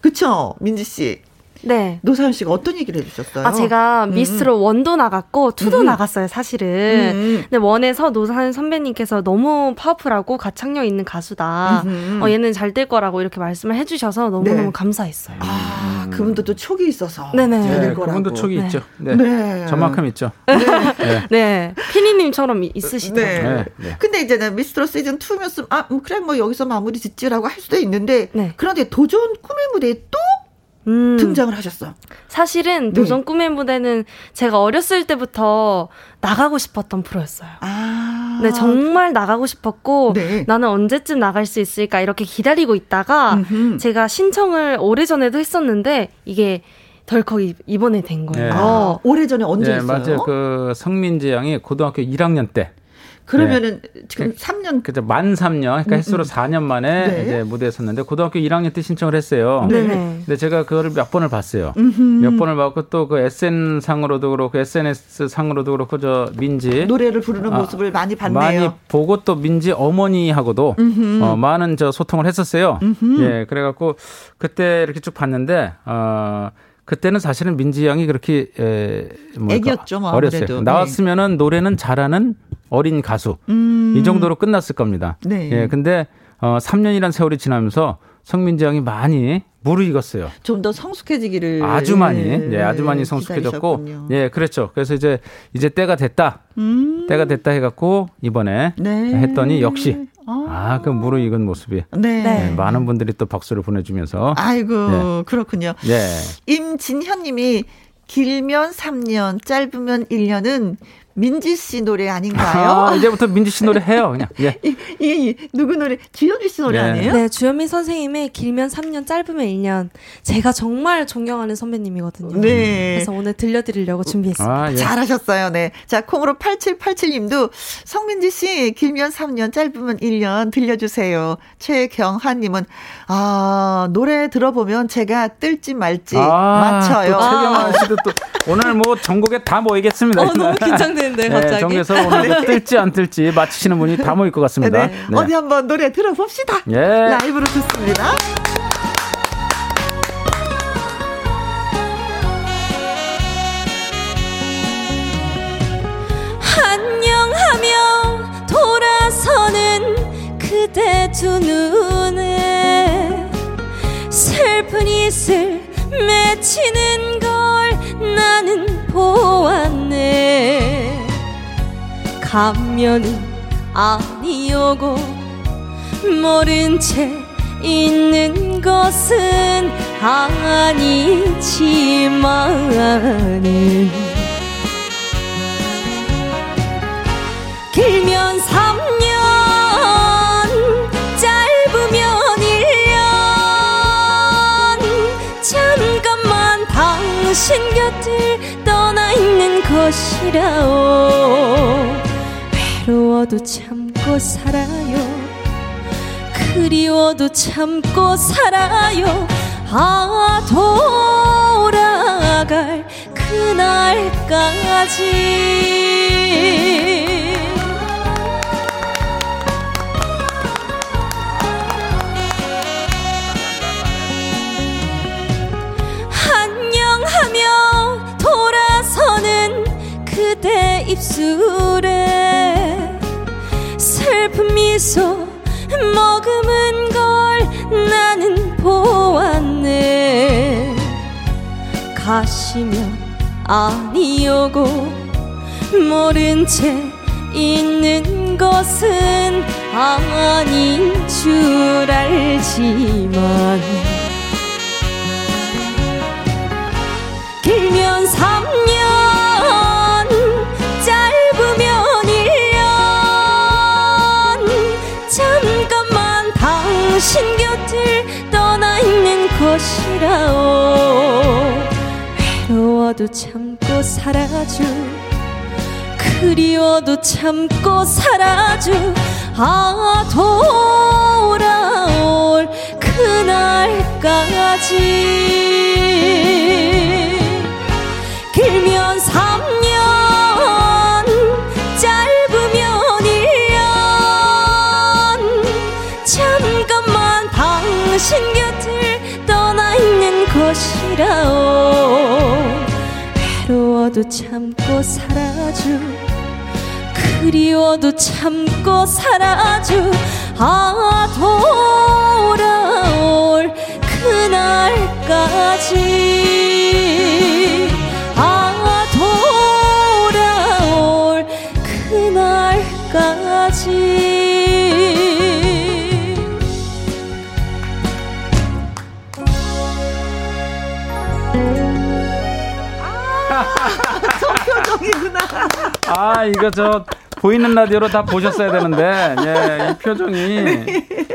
F: 그쵸, 민지 씨.
E: 네.
F: 노사연 씨가 어떤 얘기를 해주셨어요?
E: 아 제가
F: 음.
E: 미스트로 원도 나갔고 투도 나갔어요 사실은.
F: 음.
E: 근데 원에서 노사연 선배님께서 너무 파워풀하고 가창력 있는 가수다.
F: 음.
E: 어 얘는 잘 될 거라고 이렇게 말씀을 해주셔서 너무 너무
F: 네.
E: 감사했어요.
F: 아, 그분도 또 촉이 있어서.
E: 네네.
F: 잘
G: 예,
F: 될
G: 그분도
F: 거라고.
G: 촉이
E: 네.
G: 있죠. 네.
F: 네.
G: 저만큼 있죠.
E: 네 피니님처럼 이- 있으시다.
F: 네.
E: 네.
G: 네, 네.
F: 근데 이제는 미스트로 시즌 2면 아 음, 그래 뭐 여기서 마무리 짓지라고 할 수도 있는데
E: 네.
F: 그런데 도전 꿈의 무대에 또
E: 음,
F: 등장을 하셨어.
E: 사실은
F: 네.
E: 노전 꿈의 무대는 제가 어렸을 때부터 나가고 싶었던 프로였어요.
F: 아.
E: 네, 정말 나가고 싶었고
F: 네.
E: 나는 언제쯤 나갈 수 있을까 이렇게 기다리고 있다가
F: 음흠.
E: 제가 신청을 오래전에도 했었는데 이게 덜컥 이- 이번에 된 거예요.
G: 네.
F: 아, 오래전에 언제
G: 예,
F: 했어요?
G: 맞아요. 그 성민지 양이 고등학교 1학년 때
F: 그러면은 지금 3년
G: 네. 그죠 만 3년, 그러니까 횟수로 4년 만에
F: 음, 네.
G: 이제 무대에 섰는데 고등학교 1학년 때 신청을 했어요.
E: 네네.
G: 근데 제가 그거를 몇 번을 봤어요. 몇 번을 봤고 또 그 SN 상으로도 그렇고 SNS 상으로도 그렇고 저 민지
F: 노래를 부르는
G: 아,
F: 모습을 많이 봤네요.
G: 많이 보고 또 민지 어머니하고도 어, 많은 저 소통을 했었어요. 예, 그래갖고 그때 이렇게 쭉 봤는데 어, 그때는 사실은 민지 양이 그렇게 에, 뭐랄까,
F: 애기였죠, 뭐 아무래도.
G: 어렸어요. 나왔으면은 노래는 잘하는 어린 가수 이 정도로 끝났을 겁니다.
F: 음. 네.
G: 예, 근데 어, 3년이란 세월이 지나면서 성민지 양이 많이 무르익었어요.
F: 좀 더 성숙해지기를
G: 아주 많이 예 아주 많이 성숙해졌고
F: 기다리셨군요. 음.
G: 예 그렇죠 그래서 이제 이제 때가 됐다 때가 됐다 해갖고 이번에
F: 네.
G: 했더니 역시 아, 그 무르 익은 모습이.
E: 네.
F: 네.
G: 네, 많은 분들이 또 박수를 보내주면서.
F: 아이고
G: 네.
F: 그렇군요.
G: 네.
F: 임진현 님이 길면 3년, 짧으면 1년은 민지 씨 노래
G: 아,
F: 아닌가요?
G: 이제부터 민지 씨 노래 해요, 그냥. 예.
F: 이, 이, 이 누구 노래? 주현미 씨 노래
G: 네.
F: 아니에요?
E: 네, 주현미 선생님의 길면 3년, 짧으면 1년. 제가 정말 존경하는 선배님이거든요.
F: 네.
E: 그래서 오늘 들려드리려고 준비했습니다.
G: 아, 예.
F: 잘하셨어요. 네. 자, 콩으로 8787님도 성민지 씨 길면 3년, 짧으면 1년 들려주세요. 최경한 님은 아, 노래 들어보면 제가 뜰지 말지 맞춰요.
G: 아, 또 최경환 씨도 또 오늘 뭐 전국에 다 모이겠습니다.
E: 어, 너무 긴장되는데,
G: 네,
E: 갑자기.
G: 정에서 오늘 뭐 뜰지 안 뜰지 맞히시는 분이 다 모일 것
F: 네.
G: 같습니다. 네.
F: 어디 한번 노래 들어봅시다.
G: 예.
F: 라이브로 듣습니다.
E: 안녕하며 돌아서는 그대 두 눈에 슬픈 이슬 맺히는 걸 나는 보았네 가면은 아니오고 모른 채 있는 것은 아니지만은 길면 3년 짧으면 1년 잠깐만 당신 곁을 떠나 있는 것이라오 외로워도 참고 살아요 그리워도 참고 살아요 아 돌아갈 그날까지 안녕하며 돌아서는 그대 입술에 슬픈 미소 머금은 걸 나는 보았네 가시면 아니오고 모른 채 있는 것은 아, 아닌 줄 알지만 길면 3년 짧으면 1년 잠깐만 당신 곁을 떠나 있는 것이라오 외로워도 참고 살아줘 그리워도 참고 살아줘 아 돌아올 그날까지 길면 3년 짧으면 1년 잠깐만 당신 곁을 떠나 있는 것이라오 외로워도 참고 살아줘 그리워도 참고 살아줘 아 돌아올 그날까지 아 돌아올 그날까지
G: 아, 이거 저 보이는 라디오로 다 보셨어야 되는데, 예, 이 표정이 예.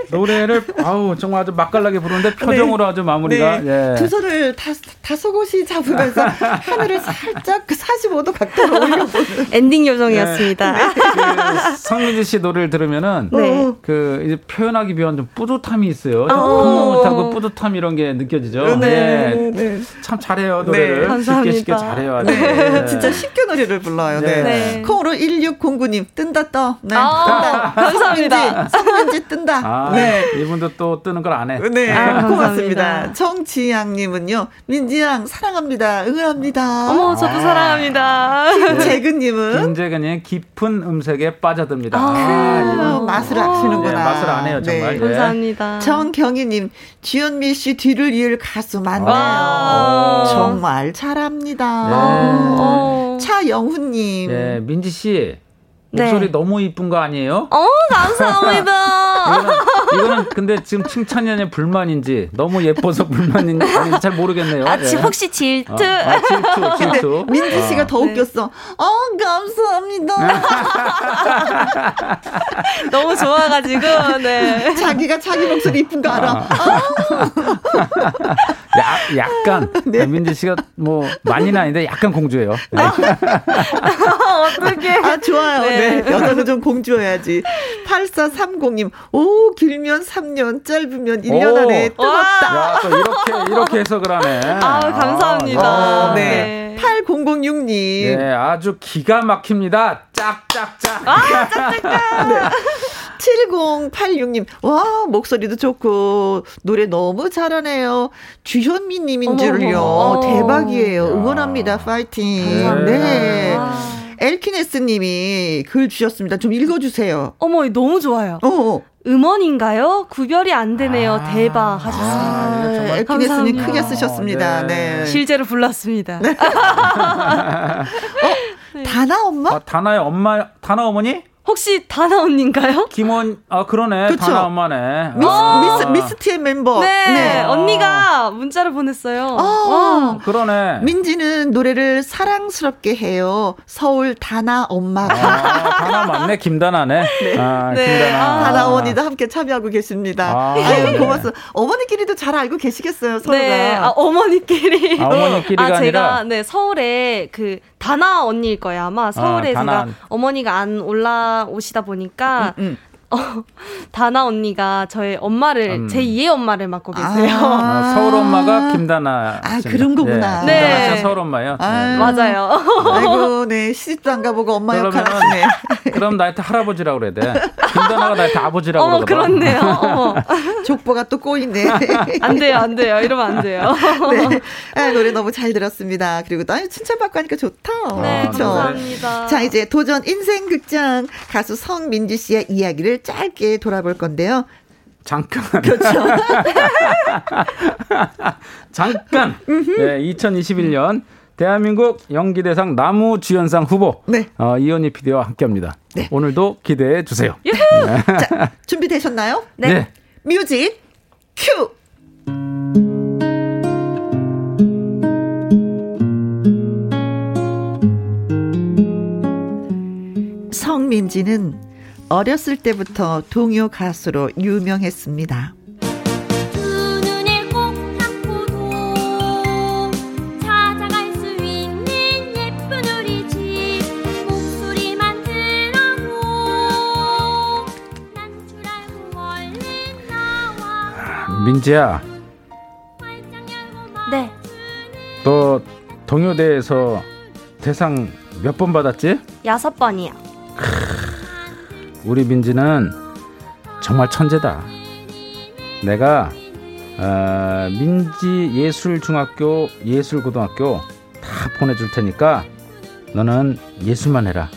G: 노래를 아우 정말 아주 맛깔나게 부르는데 표정으로 아주 마무리가
F: 네.
G: 예.
F: 두 손을 다, 다소곳이 잡으면서 하늘을 살짝 그 45도 각도로 올려보는.
E: 엔딩 요정이었습니다.
G: 그 성민지 씨 노래를 들으면은
E: 네.
G: 그 이제 표현하기 위한 좀 뿌듯함이 있어요.
E: 어.
G: 흐뭇하고 뿌듯함 이런 게 느껴지죠. 예.
F: 네.
G: 참 잘해요 노래를
E: 감사합니다.
G: 쉽게 쉽게 잘해요 아주.
F: 네.
G: 예.
F: 진짜 쉽게 노래를 불러요. 네.
G: 네.
E: 네.
F: 콩으로 1609님, 뜬다 떠. 네.
E: 아,
F: 뜬다. 감사합니다. 성민지 뜬다.
G: 아,
F: 네.
G: 이분도 또 뜨는 걸 안 해.
F: 네,
E: 아,
F: 고맙습니다.
E: 감사합니다.
F: 정지양님은요, 민지양 사랑합니다, 응원합니다. 네.
E: 어머 저도 사랑합니다.
F: 재근님은
G: 김재근이 깊은 음색에 빠져듭니다. 아,
E: 그
F: 아, 맛을 아시는구나. 네.
G: 예, 맛을 안 해요, 정말. 예.
E: 감사합니다.
F: 정경희님, 주현미 씨 뒤를 이을 가수 맞나요?
E: 와.
F: 정말 잘합니다.
G: 아. 어. 네.
E: 어,
F: 차영훈님,
G: 예, 민지 씨
E: 네.
G: 목소리 너무 이쁜 거 아니에요?
E: 어, 감사합니다.
G: 이거는, 이거는 근데 지금 칭찬이냐 불만인지 너무 예뻐서 불만인지 아닌지 잘 모르겠네요.
E: 아,
G: 예.
E: 지- 혹시
G: 어,
E: 질투?
G: 아, 질투,
F: 근데
G: 질투.
F: 민지 씨가
G: 아.
F: 더
E: 네.
F: 웃겼어. 어,
G: 네.
F: 감사합니다.
E: 너무 좋아가지고, 네.
F: 자기가 자기 목소리 이쁜 거 알아.
G: 야, 약간 네, 민지 씨가 뭐 많이는 아닌데 약간 공주예요. 네.
E: 어떻게.
F: 아, 좋아요. 네.
E: 네.
F: 여자는 좀 공주여야지. 8430님, 오, 길면 3년, 짧으면 1년
G: 오.
F: 안에 뜨겁다.
G: 야, 또 이렇게 이렇게 해석을 하네.
E: 아, 감사합니다.
F: 어, 네.
E: 네.
F: 8006님.
G: 네, 네, 아주 기가 막힙니다. 짝짝짝.
F: 7086님, 아, 네. 와, 목소리도 좋고, 노래 너무 잘하네요. 주현미 님인
E: 어머,
F: 줄요.
E: 어머.
F: 대박이에요.
G: 야.
F: 응원합니다. 파이팅.
G: 감사합니다.
F: 네.
E: 와.
F: 엘키네스 님이 글 주셨습니다. 좀 읽어주세요.
E: 어머, 너무 좋아요.
F: 어, 어.
E: 음원인가요? 구별이 안 되네요. 대박. 하셨어요.
G: 아, 이거
F: 예,
G: 정말
F: 엘키네스 님
E: 감사합니다.
F: 크게 쓰셨습니다.
G: 어,
F: 네.
G: 네.
E: 실제로 불렀습니다.
F: 다나 엄마?
G: 아, 다나의 엄마, 다나 어머니?
E: 혹시 다나 언니인가요?
G: 김원, 아, 그러네.
F: 그쵸?
G: 다나 엄마네.
F: 미스,
G: 아,
F: 미스, 미스티의 멤버.
E: 네, 아.
F: 네.
E: 언니가 문자를 보냈어요.
F: 어.
G: 그러네.
F: 민지는 노래를 사랑스럽게 해요. 서울 다나 엄마가.
G: 아, 다나 맞네. 김다나네. 아,
E: 네.
G: 김다나.
E: 아,
F: 다나 어머니도 함께 참여하고 계십니다.
G: 아,
F: 아유,
G: 네.
F: 고맙습니다. 어머니끼리도 잘 알고 계시겠어요, 서로가.
E: 네, 아, 어머니끼리.
G: 아, 어머니끼리가
E: 아, 제가
G: 아니라?
E: 네 서울에 그 다나 언니일 거예요 아마 서울에
G: 다나.
E: 제가 어머니가 안 올라오시다 보니까
F: 음,
E: 어, 다나 언니가 저의 엄마를
G: 음.
E: 제 2의 엄마를 맡고 계세요.
G: 아, 서울 엄마가 김다나.
F: 아,
G: 씨입니다.
F: 그런 거구나.
G: 네.
E: 네.
G: 김다나 씨가 서울 엄마예요.
F: 아유.
G: 네.
E: 맞아요.
F: 아이고, 네. 시집도 안 가보고 엄마 역할
G: 그러면은-
F: 하시네.
G: 그럼 나한테 할아버지라고 그래야 돼. 김다나가 나한테 아버지라고
E: 어머
G: 그러더라.
E: 그렇네요. 어머
F: 족보가 또 꼬이네. 네.
E: 안 돼요 안 돼요 이러면 안 돼요.
F: 아, 노래 너무 잘 들었습니다. 그리고 또, 아유, 칭찬받고 하니까 좋다.
E: 네
G: 그렇죠.
F: 그쵸?
E: 감사합니다.
F: 자, 이제 도전 인생극장 가수 성민지 씨의 이야기를 짧게 돌아볼 건데요.
G: 잠깐. 그렇죠. 잠깐. 네, 2021년 대한민국 연기대상 나무주연상 후보
F: 네.
G: 어, 이현희 PD와 함께합니다.
F: 네.
G: 오늘도 기대해 주세요.
F: 자, 준비되셨나요?
E: 네.
F: 뮤직 큐! 성민지는 어렸을 때부터 동요 가수로 유명했습니다.
H: 두 눈을 꼭 감고도 찾아갈 수 있는 예쁜 우리 집 목소리만 들어도 난 줄 알고 얼른 나와
G: 민지야,
H: 활짝 열고
E: 네.
G: 너 동요대에서 대상 몇 번 받았지?
E: 여섯 번이요.
G: 우리 민지는 정말 천재다. 내가 어, 민지 예술중학교 예술고등학교 다 보내줄 테니까 너는 예술만 해라.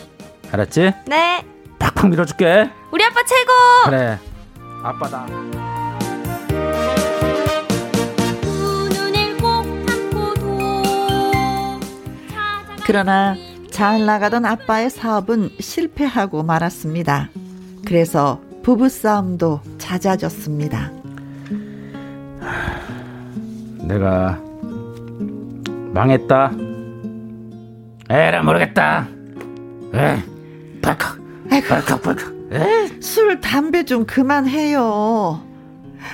G: 알았지?
E: 네.
G: 팍팍 밀어줄게.
E: 우리 아빠 최고.
G: 그래. 아빠다.
H: 두 눈을 꼭 감고도 찾아갈
F: 그러나 잘 나가던 아빠의 사업은 실패하고 말았습니다. 그래서 부부싸움도 잦아졌습니다.
G: 내가 망했다. 에라 모르겠다. 에. 발칵. 발칵 발칵. 에.
F: 술, 담배 좀 그만해요.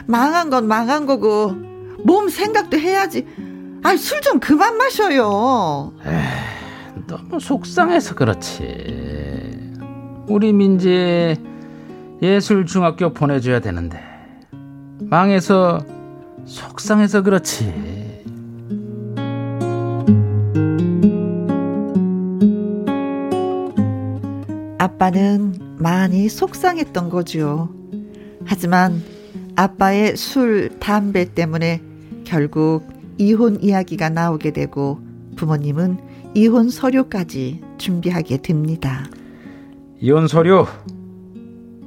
F: 망한 건 망한 거고, 몸 생각도 해야지. 아, 술 좀 그만 마셔요.
G: 너무 속상해서 그렇지. 우리 민지 예술 중학교 보내줘야 되는데 망해서 속상해서 그렇지.
F: 아빠는 많이 속상했던 거지요. 하지만 아빠의 술, 담배 때문에 결국 이혼 이야기가 나오게 되고 부모님은 이혼 서류까지 준비하게 됩니다.
G: 이혼 서류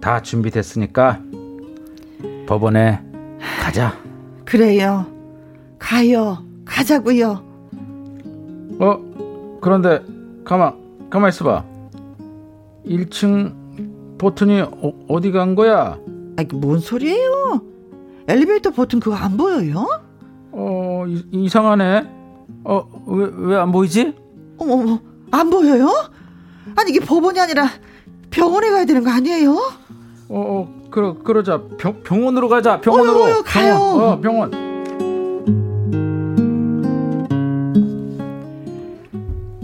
G: 다 준비됐으니까 법원에 가자.
F: 그래요. 가요. 가자고요.
G: 어 그런데 가만 가만 있어봐. 1층 버튼이 어, 디간 거야?
F: 아, 이게 뭔 소리예요? 엘리베이터 버튼 그거 안 보여요?
G: 어, 이, 이상하네. 어, 왜, 왜 안 보이지?
F: 어머, 어머, 안 보여요? 아니, 이게 법원이 아니라 병원에 가야 되는 거 아니에요?
G: 어, 어 그러, 그러자. 병, 병원으로 가자. 병원으로.
F: 어휴, 가요.
G: 병원. 어, 병원.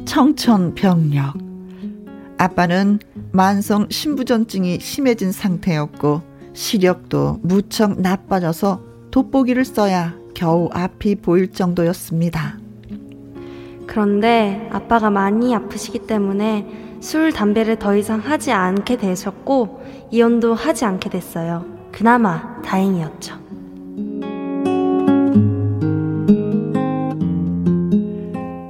F: 청천벽력. 아빠는 만성 신부전증이 심해진 상태였고 시력도 무척 나빠져서 돋보기를 써야 겨우 앞이 보일 정도였습니다.
E: 그런데 아빠가 많이 아프시기 때문에 술, 담배를 더 이상 하지 않게 되셨고 이혼도 하지 않게 됐어요. 그나마 다행이었죠.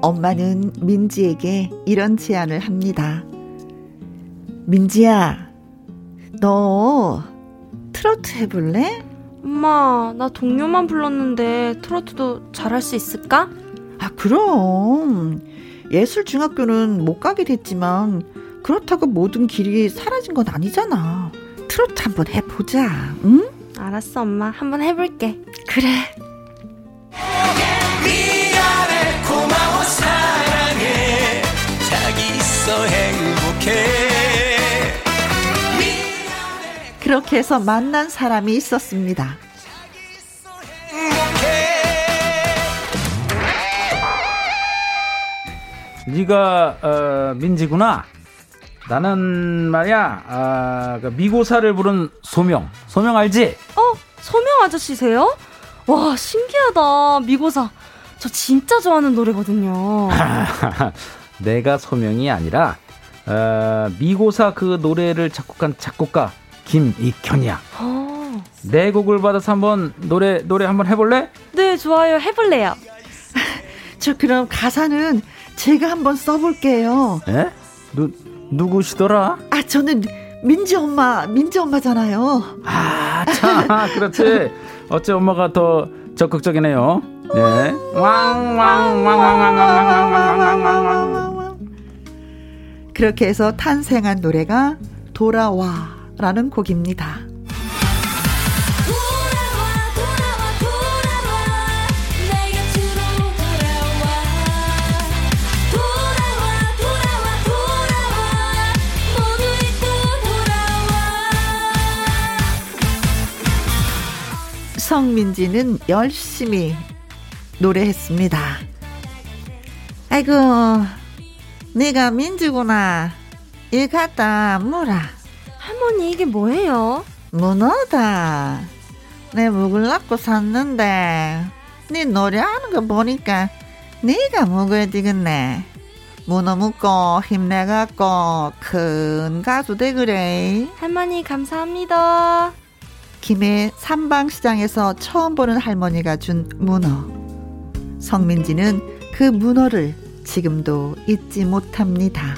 F: 엄마는 민지에게 이런 제안을 합니다. 민지야, 너 트로트 해볼래?
E: 엄마, 나 동료만 불렀는데 트로트도 잘할 수 있을까?
F: 아, 그럼. 예술중학교는 못 가게 됐지만, 그렇다고 모든 길이 사라진 건 아니잖아. 트로트 한번 해보자, 응?
E: 알았어, 엄마. 한번 해볼게.
F: 그래.
D: 미안해 고마워 사랑해 자기 있어 행복해
F: 그렇게 해서 만난 사람이 있었습니다.
G: 네가 어, 민지구나. 나는 말이야 아, 그 미고사를 부른 소명. 소명 알지?
E: 어? 서명 아저씨세요? 와, 신기하다. 미고사. 저 진짜 좋아하는 노래거든요.
G: 내가 소명이 아니라 어, 미고사 그 노래를 작곡한 작곡가 김익현이야.
E: 어,
G: 내 곡을 받아서 한번 노래 노래 한번 해볼래?
E: 네, 좋아요. 해볼래요.
F: 저 그럼 가사는 제가 한번 써볼게요.
G: 에? 누 누구시더라?
F: 아, 저는 민지 엄마, 민지 엄마잖아요.
G: 아, 참, 그렇지. 어째 엄마가 더 적극적이네요. 예. 왕왕왕왕왕왕왕왕왕왕왕왕.
F: 그렇게 해서 탄생한 노래가 돌아와라는 곡입니다.
H: 돌아와 돌아와 돌아와 내 곁으로 돌아와 돌아와 돌아와 돌아와 모두 잊고 돌아와
F: 성민지는 열심히 노래했습니다. 아이고, 내가 민지구나. 일 갔다 물아
E: 할머니, 이게 뭐예요?
F: 문어다. 내 묵을 낳고 샀는데 네 노래하는 거 보니까 네가 묵어야 되겠네. 문어 묵고 힘내갖고 큰 가수 되그래.
E: 할머니, 감사합니다.
F: 김해 삼방시장에서 처음 보는 할머니가 준 문어. 성민지는 그 문어를 지금도 잊지 못합니다.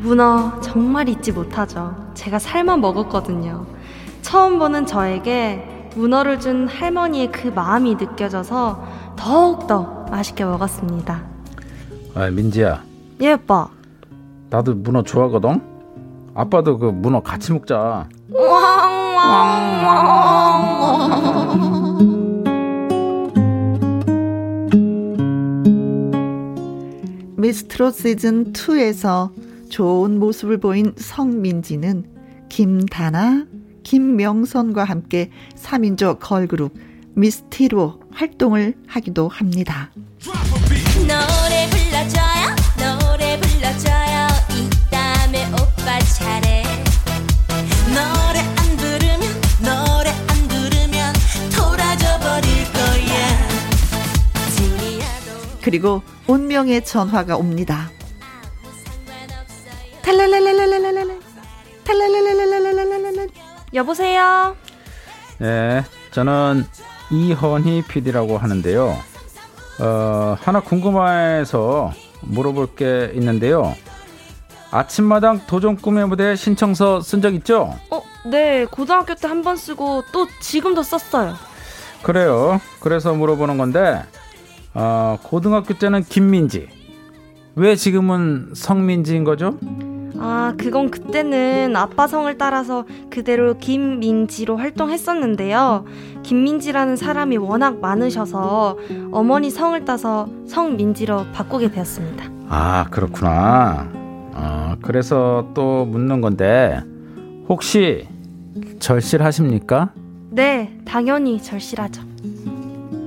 E: 문어 정말 잊지 못하죠. 제가 살만 먹었거든요. 처음 보는 저에게 문어를 준 할머니의 그 마음이 느껴져서 더욱더 맛있게 먹었습니다.
G: 아, 민지야.
E: 예, 오빠.
G: 나도 문어 좋아하거든. 아빠도 그 문어 같이 먹자.
F: 미스트롯 시즌 2에서 좋은 모습을 보인 성민지는 김다나, 김명선과 함께 3인조 걸그룹 미스티로 활동을 하기도 합니다.
H: 노래 불러줘요 노래 불러줘요 이 땀에 오빠 차례 노래 안 부르면 노래 안 부르면 돌아져 버릴 거야 둘이야도
F: 그리고 운명의 전화가 옵니다.
H: 상관없어요
F: 탈랄랄랄랄랄랄랄 탈랄랄랄랄랄랄랄
E: 여보세요?
G: 예. 저는 이헌희 PD라고 하는데요. 어, 하나 궁금해서 물어볼 게 있는데요. 아침마당 도전 꿈의 무대 신청서 쓴 적 있죠?
E: 어, 네. 고등학교 때 한 번 쓰고 또 지금도 썼어요.
G: 그래요. 그래서 물어보는 건데 어, 고등학교 때는 김민지. 왜 지금은 성민지인 거죠?
E: 아, 그건 그때는 아빠 성을 따라서 그대로 김민지로 활동했었는데요. 김민지라는 사람이 워낙 많으셔서 어머니 성을 따서 성민지로 바꾸게 되었습니다.
G: 아, 그렇구나. 아, 그래서 또 묻는 건데, 혹시 절실하십니까?
E: 네, 당연히 절실하죠.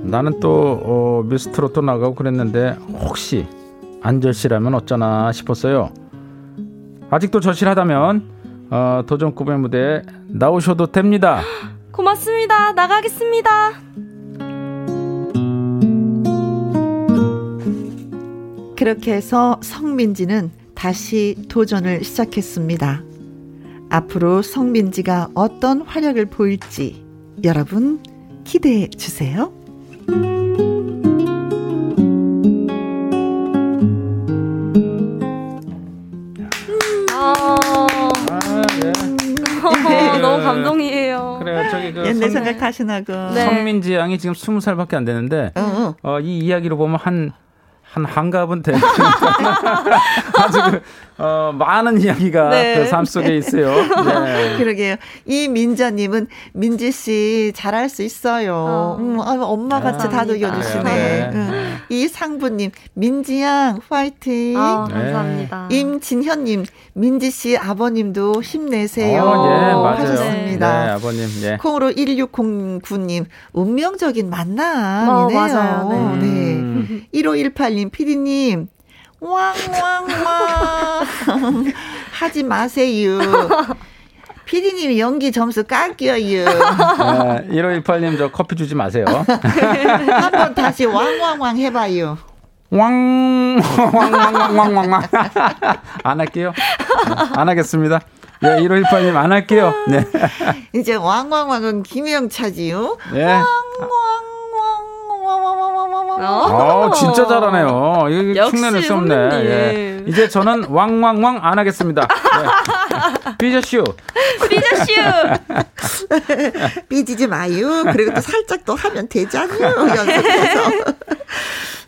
G: 나는 또, 어, 미스트로 또 나가고 그랬는데, 혹시 안 절실하면 어쩌나 싶었어요. 아직도 절실하다면, 어, 도전급의 무대에 나오셔도 됩니다.
E: 고맙습니다. 나가겠습니다.
F: 그렇게 해서 성민지는 다시 도전을 시작했습니다. 앞으로 성민지가 어떤 활약을 보일지 여러분 기대해 주세요.
E: 아,
G: 아, 예.
E: 네. 너무 감동이에요.
G: 그래요. 저기
C: 어,
G: 그
F: 옛날
G: 성,
F: 생각 다시 나고.
E: 네.
G: 성민지 양이 지금 스무 살밖에안 되는데,
F: 어, 어.
G: 어, 이 이야기로 보면 한, 한 한갑은 되 아주 그, 어, 많은 이야기가
E: 네.
G: 그 삶 속에 있어요. 네.
F: 그러게요. 이 민자님은 민지 씨 잘할 수 있어요.
E: 어.
F: 음, 아, 엄마 같이 다
E: 감사합니다.
F: 녹여주시네.
G: 그래요, 네.
F: 응. 이 상부님, 민지양 화이팅.
E: 아,
G: 네.
E: 감사합니다.
F: 임진현님, 민지 씨 아버님도 힘내세요.
G: 어, 예, 맞아요.
F: 네. 하셨습니다.
G: 네, 아버님. 예.
F: 콩으로 1609님, 운명적인 만남이네요.
E: 어, 맞아요.
F: 네.
G: 음.
F: 1518님, 피디님, 왕왕왕. 하지 마세요. 피디님 연기 점수 깎여요.
G: 아, 1518님 저 커피 주지 마세요.
F: 한번 다시 왕왕왕 해봐요.
G: 왕, 왕왕왕왕왕왕. 안 할게요. 네, 안 하겠습니다. 예, 1518님 안 할게요. 네.
F: 이제 왕왕왕은 김혜영 차지요.
G: 예.
F: 왕왕왕왕왕왕왕왕왕.
G: 어, 진짜 잘하네요. 이거
E: 역시
G: 흉내낼 수 없네.
E: 선배님.
G: 예. 이제 저는 왕왕왕 안 하겠습니다. 예. 삐져쇼.
E: 피자슈!
F: 삐지지 마요. 그리고 또 살짝 또 하면 되잖아요. 연습해서.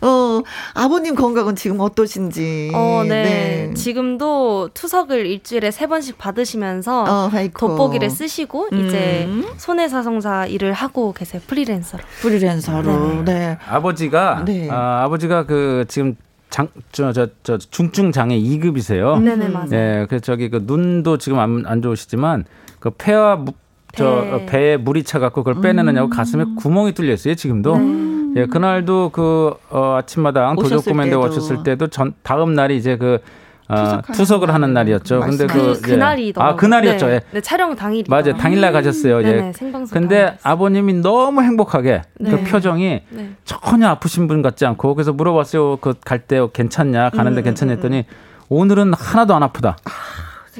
F: 어, 아버님 건강은 지금 어떠신지.
E: 어, 네. 지금도 투석을 일주일에 세 번씩 받으시면서
F: 어,
G: 그러니까.
F: 아이고.
E: 돋보기를 쓰시고 이제
G: 음.
E: 손해사성사 일을 하고 계세요. 프리랜서로.
F: 프리랜서로. 네.
G: 아버지가
F: 네.
G: 아, 아버지가 그 지금 장 저 저 저 중증 장애 2급이세요.
E: 네네 맞아요.
G: 예, 그래서 저기 그 눈도 지금 안, 안 좋으시지만 그 폐와 무, 저
E: 배.
G: 배에 물이 차 갖고
E: 음.
G: 그걸 빼내느냐고 가슴에 구멍이 뚫려 있어요, 지금도.
E: 네.
G: 예, 그날도 그 어, 아침마다 도적
F: 오셨을
G: 코맨드
F: 때도.
G: 오셨을 때도 전 다음 날이 이제 그 어,
F: 투석하는
G: 투석을 하는 날이었죠. 근데
E: 그,
G: 그 예.
E: 그날이더라고요.
G: 아, 그날이었죠.
E: 네,
G: 예.
E: 네, 촬영 당일이.
G: 맞아요. 당일날 가셨어요.
E: 네네,
G: 예.
E: 생방송
G: 근데
E: 당일이었어요.
G: 아버님이 너무 행복하게 그
E: 네.
G: 표정이
E: 네.
G: 전혀 아프신 분 같지 않고 그래서 물어봤어요. 그 갈 때 괜찮냐?
E: 음,
G: 가는데 괜찮냐 했더니 오늘은 하나도 안 아프다.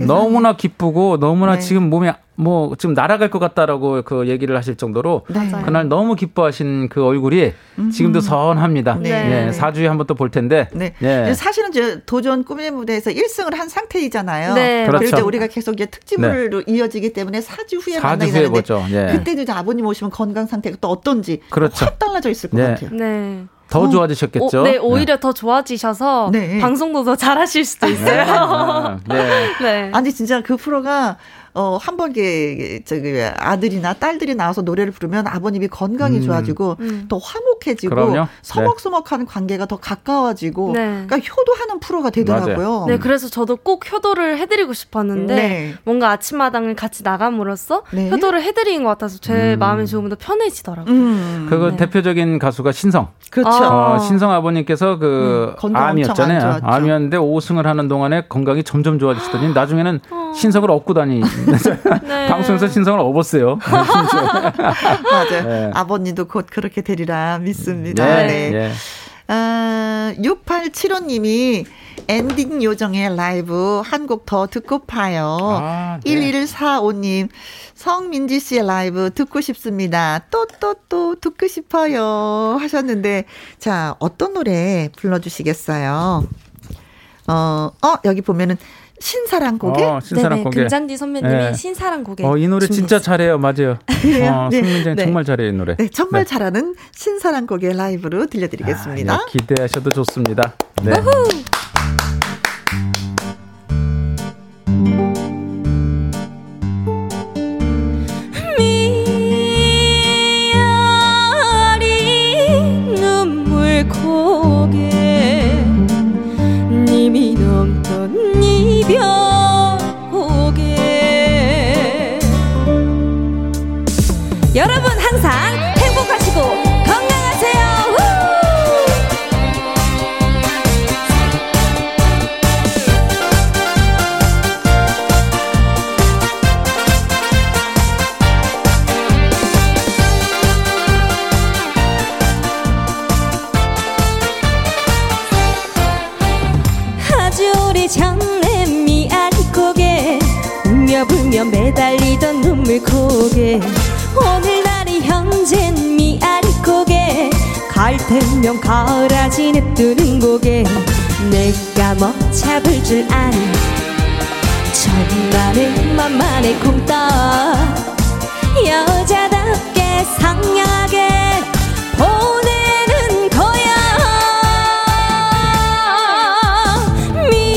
G: 너무나 기쁘고 너무나
F: 네.
G: 지금 몸이 뭐 지금 날아갈 것 같다라고 그 얘기를 하실 정도로
F: 네.
E: 맞아요.
G: 그날 너무 기뻐하신 그 얼굴이 지금도 선합니다.
E: 네.
G: 예, 4주에 한 번 또 볼 텐데.
F: 음. 네.
G: 예.
F: 사실은 이제 도전 꿈의 무대에서 1승을 한 상태이잖아요.
E: 네,
F: 그리고
G: 그렇죠.
F: 이제 우리가 계속 이제 특집으로 이어지기 때문에 4주 후에
G: 4주
F: 만나게
G: 후에
F: 되는데
G: 보죠. 예.
F: 그때도 이제 아버님 오시면 건강 상태가 또 어떤지
G: 그렇죠.
F: 확 달라져 있을 것
G: 네.
F: 같아요.
E: 네.
F: 어,
G: 더 좋아지셨겠죠?
E: 오, 네, 오히려 더 좋아지셔서
F: 네.
E: 방송도 더 잘하실 수도 있어요.
G: 아, 네.
E: 네.
F: 아니 진짜 그 프로가 어, 한 번, 게, 저기, 아들이나 딸들이 나와서 노래를 부르면 아버님이 건강이 좋아지고,
E: 음.
F: 더 화목해지고,
G: 음. 그럼요. 네.
F: 서먹서먹한 관계가 더 가까워지고,
E: 네.
F: 그러니까 효도하는 프로가 되더라고요.
E: 네, 그래서 저도 꼭 효도를 해드리고 싶었는데
F: 네.
E: 뭔가 아침마당을 같이 나감으로써
F: 네.
E: 효도를 해드린 것 같아서 제 마음이 조금 더 편해지더라고요.
F: 음,
G: 그거
E: 네.
G: 대표적인 가수가 신성.
F: 그렇죠.
E: 아.
G: 어, 신성 아버님께서 그
F: 음, 건강 엄청
G: 암이었잖아요.
F: 안 좋았죠.
G: 암이었는데 5승을 하는 동안에 건강이 점점 좋아지시더니 나중에는 신성을 업고
F: 아,
G: 다니.
E: 네.
G: 방송에서 신성을 업었어요.
F: 맞아요.
G: 네.
F: 아버님도 곧 그렇게 되리라 믿습니다.
G: 네.
F: 네.
G: 예.
F: 아, 6875님이 엔딩 요정의 라이브 한 곡 더 듣고 파요.
G: 아, 네.
F: 1145님, 성민지 씨의 라이브 듣고 싶습니다. 또, 또, 또 듣고 싶어요. 하셨는데, 자, 어떤 노래 불러주시겠어요? 어, 어, 여기 보면은, 신사랑 곡에?
G: 어, 신사랑 고개.
E: 금잔디 선배님이
G: 네.
E: 신사랑 고개.
G: 어, 이 노래 진짜
E: 준비했어요.
G: 잘해요. 맞아요. 어,
F: 네.
G: 송민정
F: 네.
G: 정말 잘해요, 이 노래.
F: 네, 정말
G: 네.
F: 잘하는 신사랑 곡의 라이브로 들려드리겠습니다.
G: 아, 예, 기대하셔도 좋습니다. 네.
H: 여러분 항상 행복하시고 건강하세요. 후! 아주 오래 장래미 아리고개 울며불며 매달리던 눈물 고개 오늘날이 현젠 미아리고개 갈태명 가을아지 냅두는 고개 내가 뭐 잡을 줄 아니 천만에 만만에 콩떡 여자답게 상냥하게 보내는 거야 미아리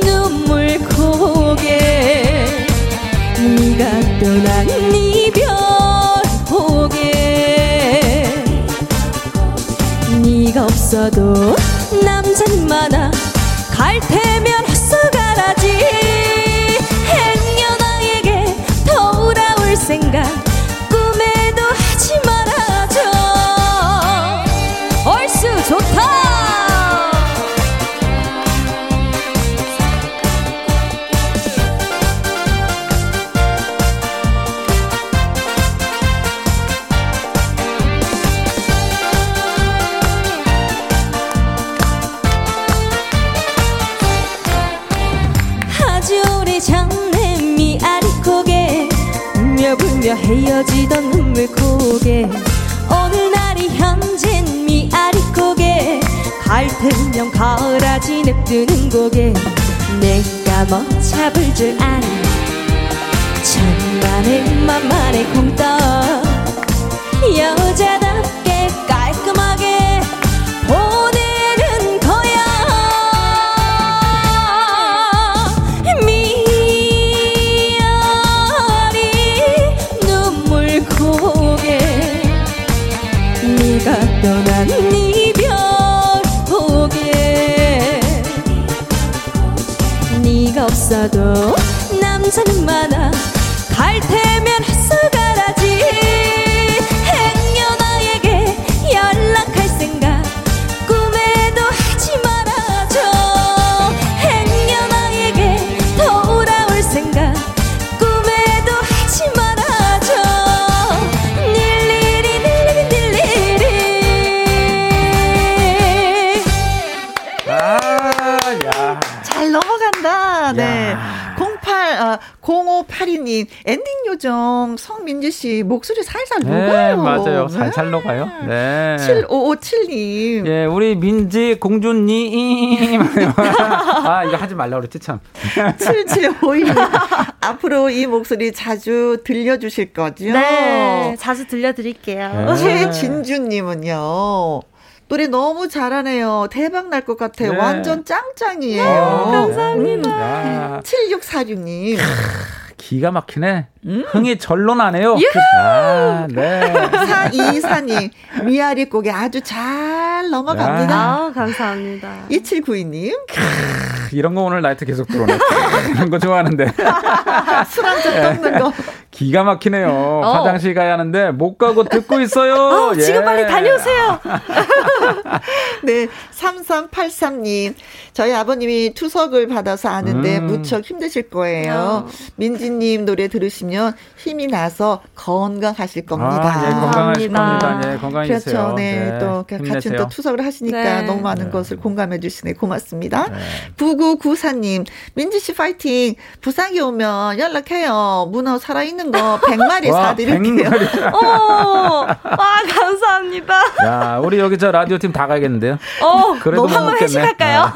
H: 눈물 고개 네가 떠난 네 이별 고개 네가 없어도 남잔 많아 갈 테면 헛수가라지 행여나에게 돌아올 생각 꿈에도 하지 말아줘 얼쑤 좋다 아주 오래 장래미 아리고개 울며불며 헤어지던 눈물 고개 오늘날이 현진 미 아리고개 갈등명 가을아지 냅두는 고개 내가 뭐 잡을 줄 아니 천만에 만만에 콩떡 여자답게 깔끔하게 보내는 거야 미아리 눈물 고개 네가 떠난 네 이별 고개 네가 없어도 남자는 많아 갈 테면 헛수가라지 행여나에게 연락할 생각 꿈에도 하지 말아줘 행여나에게 돌아올 생각 꿈에도 하지 말아줘 닐리리 닐리리 닐리리
F: 잘 넘어간다. 네. 08, 아, 0582님, 엔딩 요정 성민지 씨 목소리 살살 녹아요.
G: 네, 맞아요. 살살 녹아요. 네.
F: 7557님.
G: 예, 우리 민지 공주님. 아, 이거 하지 말라 그랬지, 참.
F: 7752님. 앞으로 이 목소리 자주 들려주실 거죠?
E: 네, 자주 들려드릴게요.
G: 네.
F: 최진주님은요. 노래 너무 잘하네요. 대박 날 것 같아. 요
G: 네.
F: 완전 짱짱이에요.
G: 감사합니다.
F: 7646님.
G: 기가 막히네.
E: 음?
G: 흥이 절로 나네요. 아, 네.
F: 4224님. 미아리 곡에 아주 잘
G: 네.
F: 넘어갑니다.
E: 아, 감사합니다.
F: 2792님.
G: 이런 거 오늘 나이트 계속 들어오네. 이런 거 좋아하는데.
F: 술 한 잔 떴는 거.
G: 기가 막히네요. 화장실 가야 하는데 못 가고 듣고 있어요.
E: 어, 지금
G: 예.
E: 빨리 다녀오세요.
F: 네, 3383님. 저희 아버님이 투석을 받아서 아는데
G: 음.
F: 무척 힘드실 거예요.
E: 어.
F: 민지님 노래 들으시면 힘이 나서 건강하실 겁니다.
G: 아, 예, 건강하실
E: 감사합니다.
G: 겁니다. 예, 건강히 계세요.
F: 그렇죠. 네. 또 같이
G: 힘내세요.
F: 또 투석을 하시니까
E: 네.
F: 너무 많은 것을 공감해 주시네. 고맙습니다. 9994님, 민지 씨 파이팅. 부산에 오면 연락해요. 문어 살아있는 거 100마리
G: 와,
F: 사드릴게요.
G: 백마리.
E: 어, 와, 감사합니다.
G: 야, 우리 여기 저 라디오 팀 다 가야겠는데요.
E: 어,
G: 그래도 못
E: 한번
G: 먹겠네. 아.
E: 회식할까요?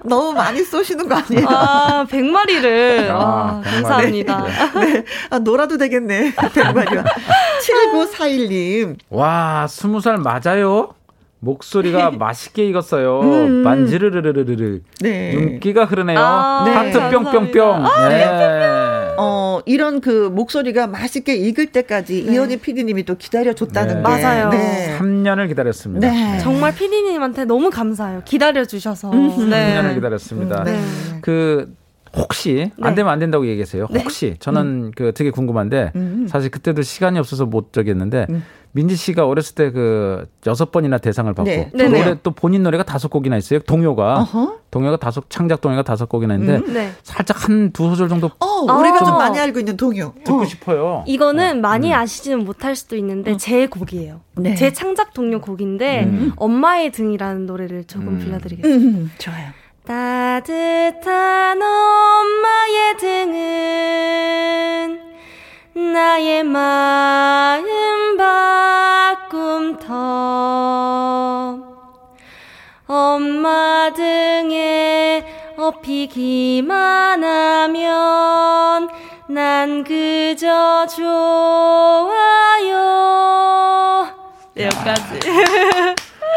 F: 너무 많이 쏘시는 거 아니에요?
E: 아, 100마리를.
G: 아,
E: 와,
G: 100마리.
E: 감사합니다.
F: 네. 아, 놀아도 되겠네. 백마리와. 7941님.
G: 와, 스무 살 맞아요? 목소리가 맛있게
E: 음,
G: 익었어요. 만지르르르르르.
F: 네.
G: 윤기가 흐르네요.
E: 예. 아, 네.
G: 하트 뿅뿅뿅.
E: 감사합니다. 아,
G: 네.
F: 어, 이런 그 목소리가 맛있게 익을 때까지 이현희 PD님이 또
G: 네.
F: 기다려줬다는 게.
E: 네. 맞아요.
F: 네.
G: 3년을 기다렸습니다.
F: 네.
E: 정말 피디님한테 너무 감사해요. 기다려주셔서. 네.
G: 3년을 기다렸습니다.
F: 네.
G: 그 혹시 안
E: 네. 음.
G: 되면 안 된다고 얘기했어요. 혹시 저는 그 되게 궁금한데 사실 그때도 시간이 없어서 못 적겠는데
E: 음.
G: 민지 씨가 어렸을 때 그 여섯 번이나 대상을 받고
F: 네.
G: 또
E: 네네.
G: 노래 또 본인 노래가 다섯 곡이나 있어요. 동요가
F: 어허.
G: 동요가 다섯 창작 동요가 다섯 곡이나 있는데
E: 네.
G: 살짝 한 두 소절 정도
F: 어, 우리가 좀
E: 어.
F: 많이 알고 있는 동요.
G: 듣고
F: 어.
G: 싶어요.
E: 이거는 많이 아시지는 못할 수도 있는데 제 곡이에요.
F: 음. 네.
E: 제 창작 동료 곡인데 엄마의 등이라는 노래를 조금 불러드리겠습니다.
F: 음, 좋아요.
E: 따뜻한 엄마의 등은 나의 마음 바꿈터 엄마 등에 업히기만 하면 난 그저 좋아요. 네, 여기까지.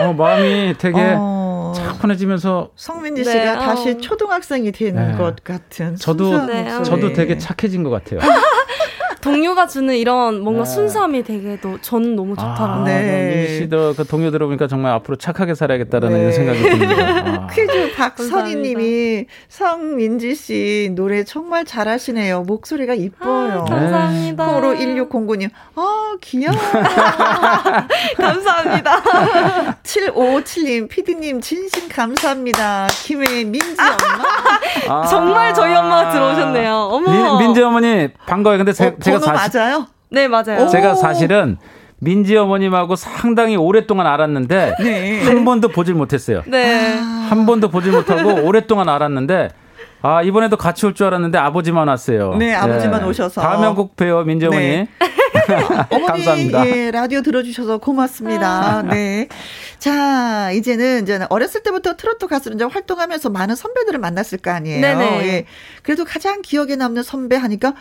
G: 어, 마음이 되게
F: 어,
G: 차분해지면서
F: 성민지
E: 네,
F: 씨가
E: 어.
F: 다시 초등학생이 된
G: 네.
F: 것 같은.
G: 저도-
F: 순수한
E: 네, 어.
G: 저도
F: 목소리.
G: 되게 착해진 것 같아요.
E: 동료가 주는 이런 뭔가
G: 네.
E: 순수함이 되게 너, 저는 너무
G: 아,
E: 좋더라고요.
F: 네.
G: 민지 씨도 그 동요 들어보니까 정말 앞으로 착하게 살아야겠다라는
F: 네.
G: 이런 생각이 듭니다. 아.
F: 퀴즈 박선희
E: 감사합니다.
F: 님이 성민지 씨 노래 정말 잘하시네요. 목소리가 이뻐요.
E: 아,
G: 네.
E: 감사합니다.
F: 코로 1609님, 아, 귀여워.
E: 감사합니다.
F: 7557님, 피디님, 진심 감사합니다. 김혜의 민지 엄마. 어,
G: 아.
E: 정말 저희 엄마가 들어오셨네요. 어머.
G: 민, 민지 어머니 반가워요. 근데 제,
F: 어,
G: 제가
F: 번호
G: 사실
F: 맞아요?
E: 네, 맞아요.
G: 제가 사실은 민지 어머님하고 상당히 오랫동안 알았는데
F: 네.
G: 한 번도 보질 못했어요.
E: 네.
G: 한 번도 보질 못하고 오랫동안 알았는데 아 이번에도 같이 올 줄 알았는데 아버지만 왔어요. 예.
F: 네, 아버지만 오셔서.
G: 다음에 꼭 봬요, 민지 어머니.
F: 네. 어머니,
G: 감사합니다.
F: 예, 라디오 들어주셔서
E: 아.
F: 고맙습니다. 네. 자, 이제는 이제 어렸을 때부터 트로트 가수로 이제 활동하면서 많은 선배들을 만났을 거 아니에요.
E: 네네.
F: 예. 그래도 가장 기억에 남는 선배 하니까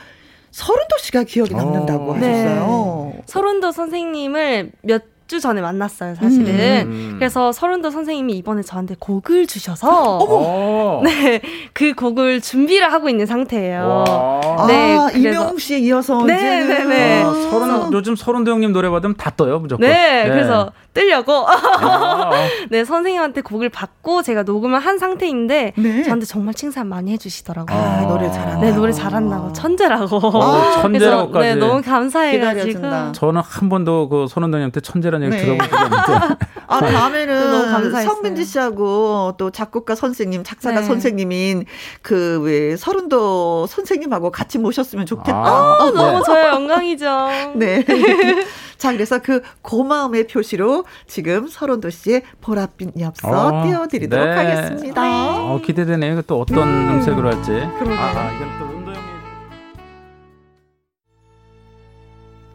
F: 서른도 씨가 기억에 남는다고
G: 어.
E: 네.
F: 하셨어요.
E: 서른도 선생님을 몇 주 전에 만났어요,
F: 네,
E: 사실은.
G: 음.
E: 그래서 서른도 선생님이 이번에 저한테 곡을 주셔서
G: 어머.
E: 네, 그 곡을 준비를 하고 있는 상태예요.
G: 와.
E: 네,
F: 아,
E: 그래서-
F: 이명웅 씨에 이어서
E: 네,
F: 이제는 어,
E: 네, 네.
G: 아, 서른
E: 그래서-
G: 요즘 서른도 형님 노래 받으면 다 떠요 무조건.
E: 네,
G: 예.
E: 그래서 뜨려고
G: 아,
E: 네 선생님한테 곡을 받고 제가 녹음을 한 상태인데
F: 네.
E: 저한테 정말 칭찬 많이 해주시더라고요.
F: 아, 노래 잘한다.
E: 네 노래
F: 아.
E: 잘한다고 천재라고.
G: 어,
E: 그래서
G: 천재라고까지.
E: 네 너무 감사해가지고.
F: 기다려준다.
G: 저는 한 번도 그 손원동님한테 천재라는 얘기
F: 네.
G: 들어본 적이 없는데.
F: 아,
E: 너무
F: 다음에는
E: 감사했어요.
F: 성민지 씨하고 또 작곡가 선생님, 작사가
E: 네.
F: 선생님인 그 왜 서른도 선생님하고 같이 모셨으면 좋겠다.
G: 아,
E: 아, 너무
G: 네.
E: 저의 영광이죠.
F: 네. 자, 그래서 그 고마움의 표시로 지금 서른도 씨의 보랏빛 엽서
G: 어,
F: 띄워드리도록
G: 네.
F: 하겠습니다.
G: 어, 기대되네요. 이거 또 어떤 음. 색으로 할지.
F: 그러게요.
G: 아, 이건 또 운동이.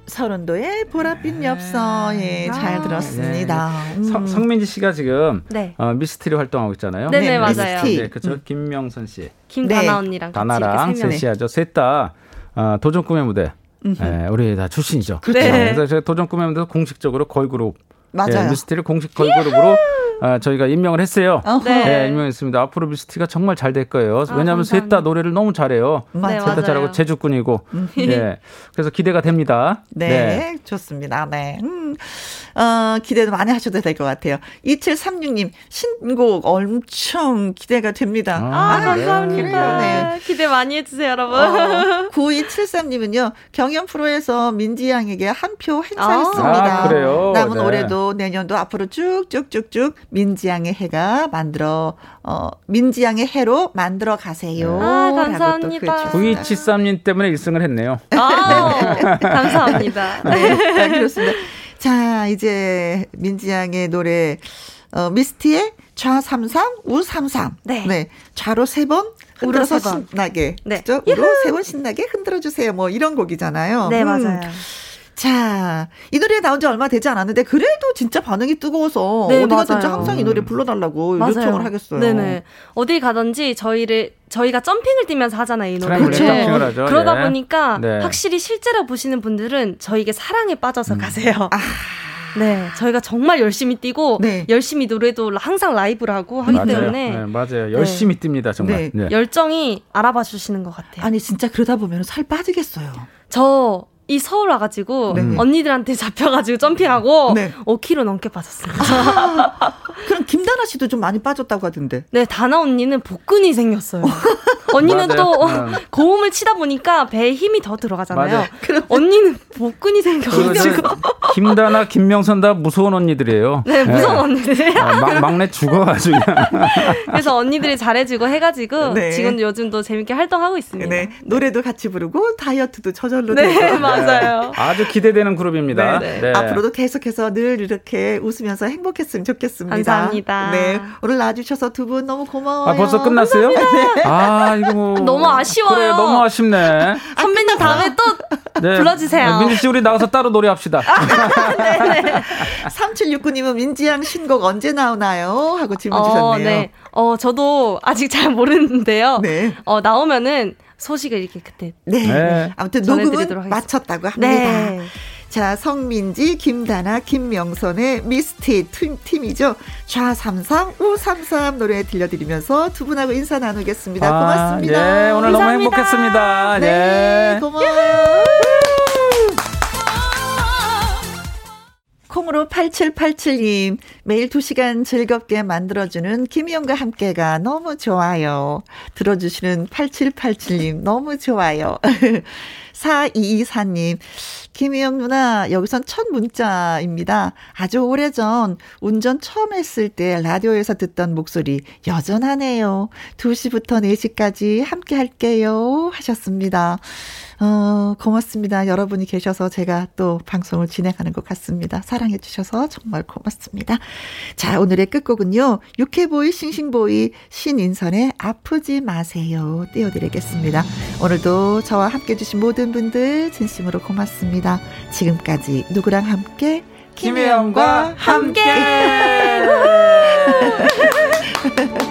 F: 서른도의 보랏빛 엽서, 예, 잘
E: 네. 아.
F: 들었습니다. 음.
G: 네. 성- 성민지 씨가 지금
E: 네.
G: 어, 미스트리 활동하고 있잖아요.
E: 네네
F: 네,
E: 맞아요.
F: 리스트.
G: 네, 그렇죠. 김명선 씨,
E: 김다나
F: 네.
E: 언니랑 같이
G: 다나랑
E: 이렇게 세 명.
G: 세시아죠. 셋다 어, 도전 꿈의 무대. 예, 우리 다 출신이죠.
F: 그렇죠.
G: 예, 그래서 저희 도전 꿈의 무대 공식적으로 걸그룹.
F: 맞아요.
G: 예, 미스트리를 공식 걸그룹으로 어, 저희가 임명을 했어요.
F: 어허.
E: 네.
G: 예, 임명했습니다. 앞으로 미스트리가 정말 잘 될 거예요.
E: 아,
G: 왜냐하면 셋 다
E: 감사합니다.
G: 노래를 너무 잘해요.
F: 맞아요.
E: 네,
G: 셋 다
E: 맞아요.
G: 잘하고 제주꾼이고. 예, 그래서 기대가 됩니다.
F: 네, 좋습니다. 네. 음, 어, 기대도 많이 하셔도 될 것 같아요. 2736님, 신곡 엄청 기대가 됩니다.
E: 아,
G: 아, 네.
E: 감사합니다. 기대 많이 해주세요, 여러분.
F: 어. 9273님은요, 경연 프로에서 민지 양에게 한 표 행사했습니다.
G: 아, 그래요?
F: 남은
G: 네.
F: 올해도 내년도 앞으로 쭉쭉쭉쭉 민지 양의 해가 만들어, 어, 민지 양의 해로 만들어 가세요.
E: 아,
F: 라고 또
E: 감사합니다.
F: 그려주셨습니다.
G: 9273님 네. 때문에 1승을 했네요.
E: 아, 감사합니다.
F: 네, 자, 그렇습니다. 자, 이제 민지양의 노래 어, 미스티의 좌삼삼 우삼삼.
E: 네.
F: 좌로 세 번, 흔들어서
E: 우로 세 번.
F: 신나게.
E: 네.
F: 그죠? 우로 세 번 신나게 흔들어 주세요. 뭐 이런 곡이잖아요.
E: 네,
F: 음.
E: 맞아요.
F: 자, 이 노래 나온 지 얼마 되지 않았는데 그래도 진짜 반응이 뜨거워서
E: 네,
F: 어디 가든지
E: 맞아요.
F: 항상 이 노래 불러 달라고
E: 맞아요.
F: 요청을 하겠어요.
E: 네네. 어디 가든지 저희를 저희가 점핑을 뛰면서 하잖아요, 이 노래.
F: 그렇죠. 점핑을
G: 하죠,
E: 그러다
G: 예.
E: 보니까
G: 네.
E: 확실히 실제로 보시는 분들은 저에게 사랑에
G: 음.
E: 빠져서 가세요. 네, 저희가 정말 열심히 뛰고
F: 아. 네.
E: 열심히 노래도 항상 라이브를 하고 하기
G: 맞아요.
E: 때문에
G: 네, 맞아요. 열심히 뜁니다, 정말.
F: 네.
G: 네.
E: 열정이 알아봐 주시는 것 같아요.
F: 아니 진짜 그러다 보면 살 빠지겠어요.
E: 저 이 서울 와가지고
G: 네.
E: 언니들한테 잡혀가지고 점핑하고
F: 네.
E: 5kg 넘게 빠졌어요.
F: 그럼 김다나 씨도 좀 많이 빠졌다고 하던데.
E: 네, 다나 언니는 복근이 생겼어요. 언니는
G: 맞아요.
E: 또
G: 음.
E: 고음을 치다 보니까 배에 힘이 더 들어가잖아요.
G: 맞아요.
F: 그렇죠.
G: 그렇죠.
E: 언니는 복근이 생겨가지고.
G: 김다나, 김명선 다 무서운 언니들이에요.
E: 네, 무서운
G: 예.
E: 언니들.
G: 아, 막, 막내 죽어가지고 그냥.
E: 그래서 언니들이 잘해주고 해가지고
F: 네.
E: 지금 요즘도 재밌게 활동하고 있습니다.
F: 네, 노래도 같이 부르고 다이어트도 저절로
E: 네,
F: 되고.
E: 맞아요.
G: 아주 기대되는 그룹입니다.
F: 네.
G: 네.
F: 앞으로도 계속해서 늘 이렇게 웃으면서 행복했으면 좋겠습니다.
E: 감사합니다.
F: 네. 오늘 나와주셔서 두 분 너무 고마워요.
G: 아, 벌써 끝났어요? 아, 이거 뭐.
E: 너무 아쉬워요.
G: 그래, 너무 아쉽네.
E: 선배님 다음에 또
G: 네.
E: 불러주세요. 아,
G: 아, 민지 씨, 우리 나가서 따로 노래합시다.
F: 3769님은 민지양 신곡 언제 나오나요? 하고 질문
E: 어,
F: 주셨네요.
E: 네. 어, 저도 아직 잘 모르는데요.
F: 네.
E: 어, 나오면은 소식을 이렇게 그때.
F: 네.
G: 네.
F: 아무튼
E: 전해드리도록
F: 녹음은
E: 하겠습니다.
F: 마쳤다고 합니다.
E: 네.
F: 자, 성민지, 김다나, 김명선의 미스티 팀, 팀이죠. 좌삼삼, 우삼삼 노래 들려드리면서 두 분하고 인사 나누겠습니다. 고맙습니다.
E: 네.
G: 예, 오늘 너무
E: 아, 감사합니다.
G: 행복했습니다.
F: 네,
G: 예.
F: 고마워요. 콩으로 8787님, 매일 2시간 즐겁게 만들어주는 김희영과 함께가 너무 좋아요. 들어주시는 8787님, 너무 좋아요. 4224님, 김희영 누나, 여기선 첫 문자입니다. 아주 오래전 운전 처음 했을 때 라디오에서 듣던 목소리 여전하네요. 2시부터 4시까지 함께 할게요. 하셨습니다. 어, 고맙습니다. 여러분이 계셔서 제가 또 방송을 진행하는 것 같습니다. 사랑해주셔서 정말 고맙습니다. 자, 오늘의 끝곡은요. 육해보이, 싱싱보이, 신인선의 아프지 마세요. 띄워드리겠습니다. 오늘도 저와 함께 해주신 모든 분들 진심으로 고맙습니다. 지금까지 누구랑 함께?
G: 김혜영과
F: 함께!
G: 함께.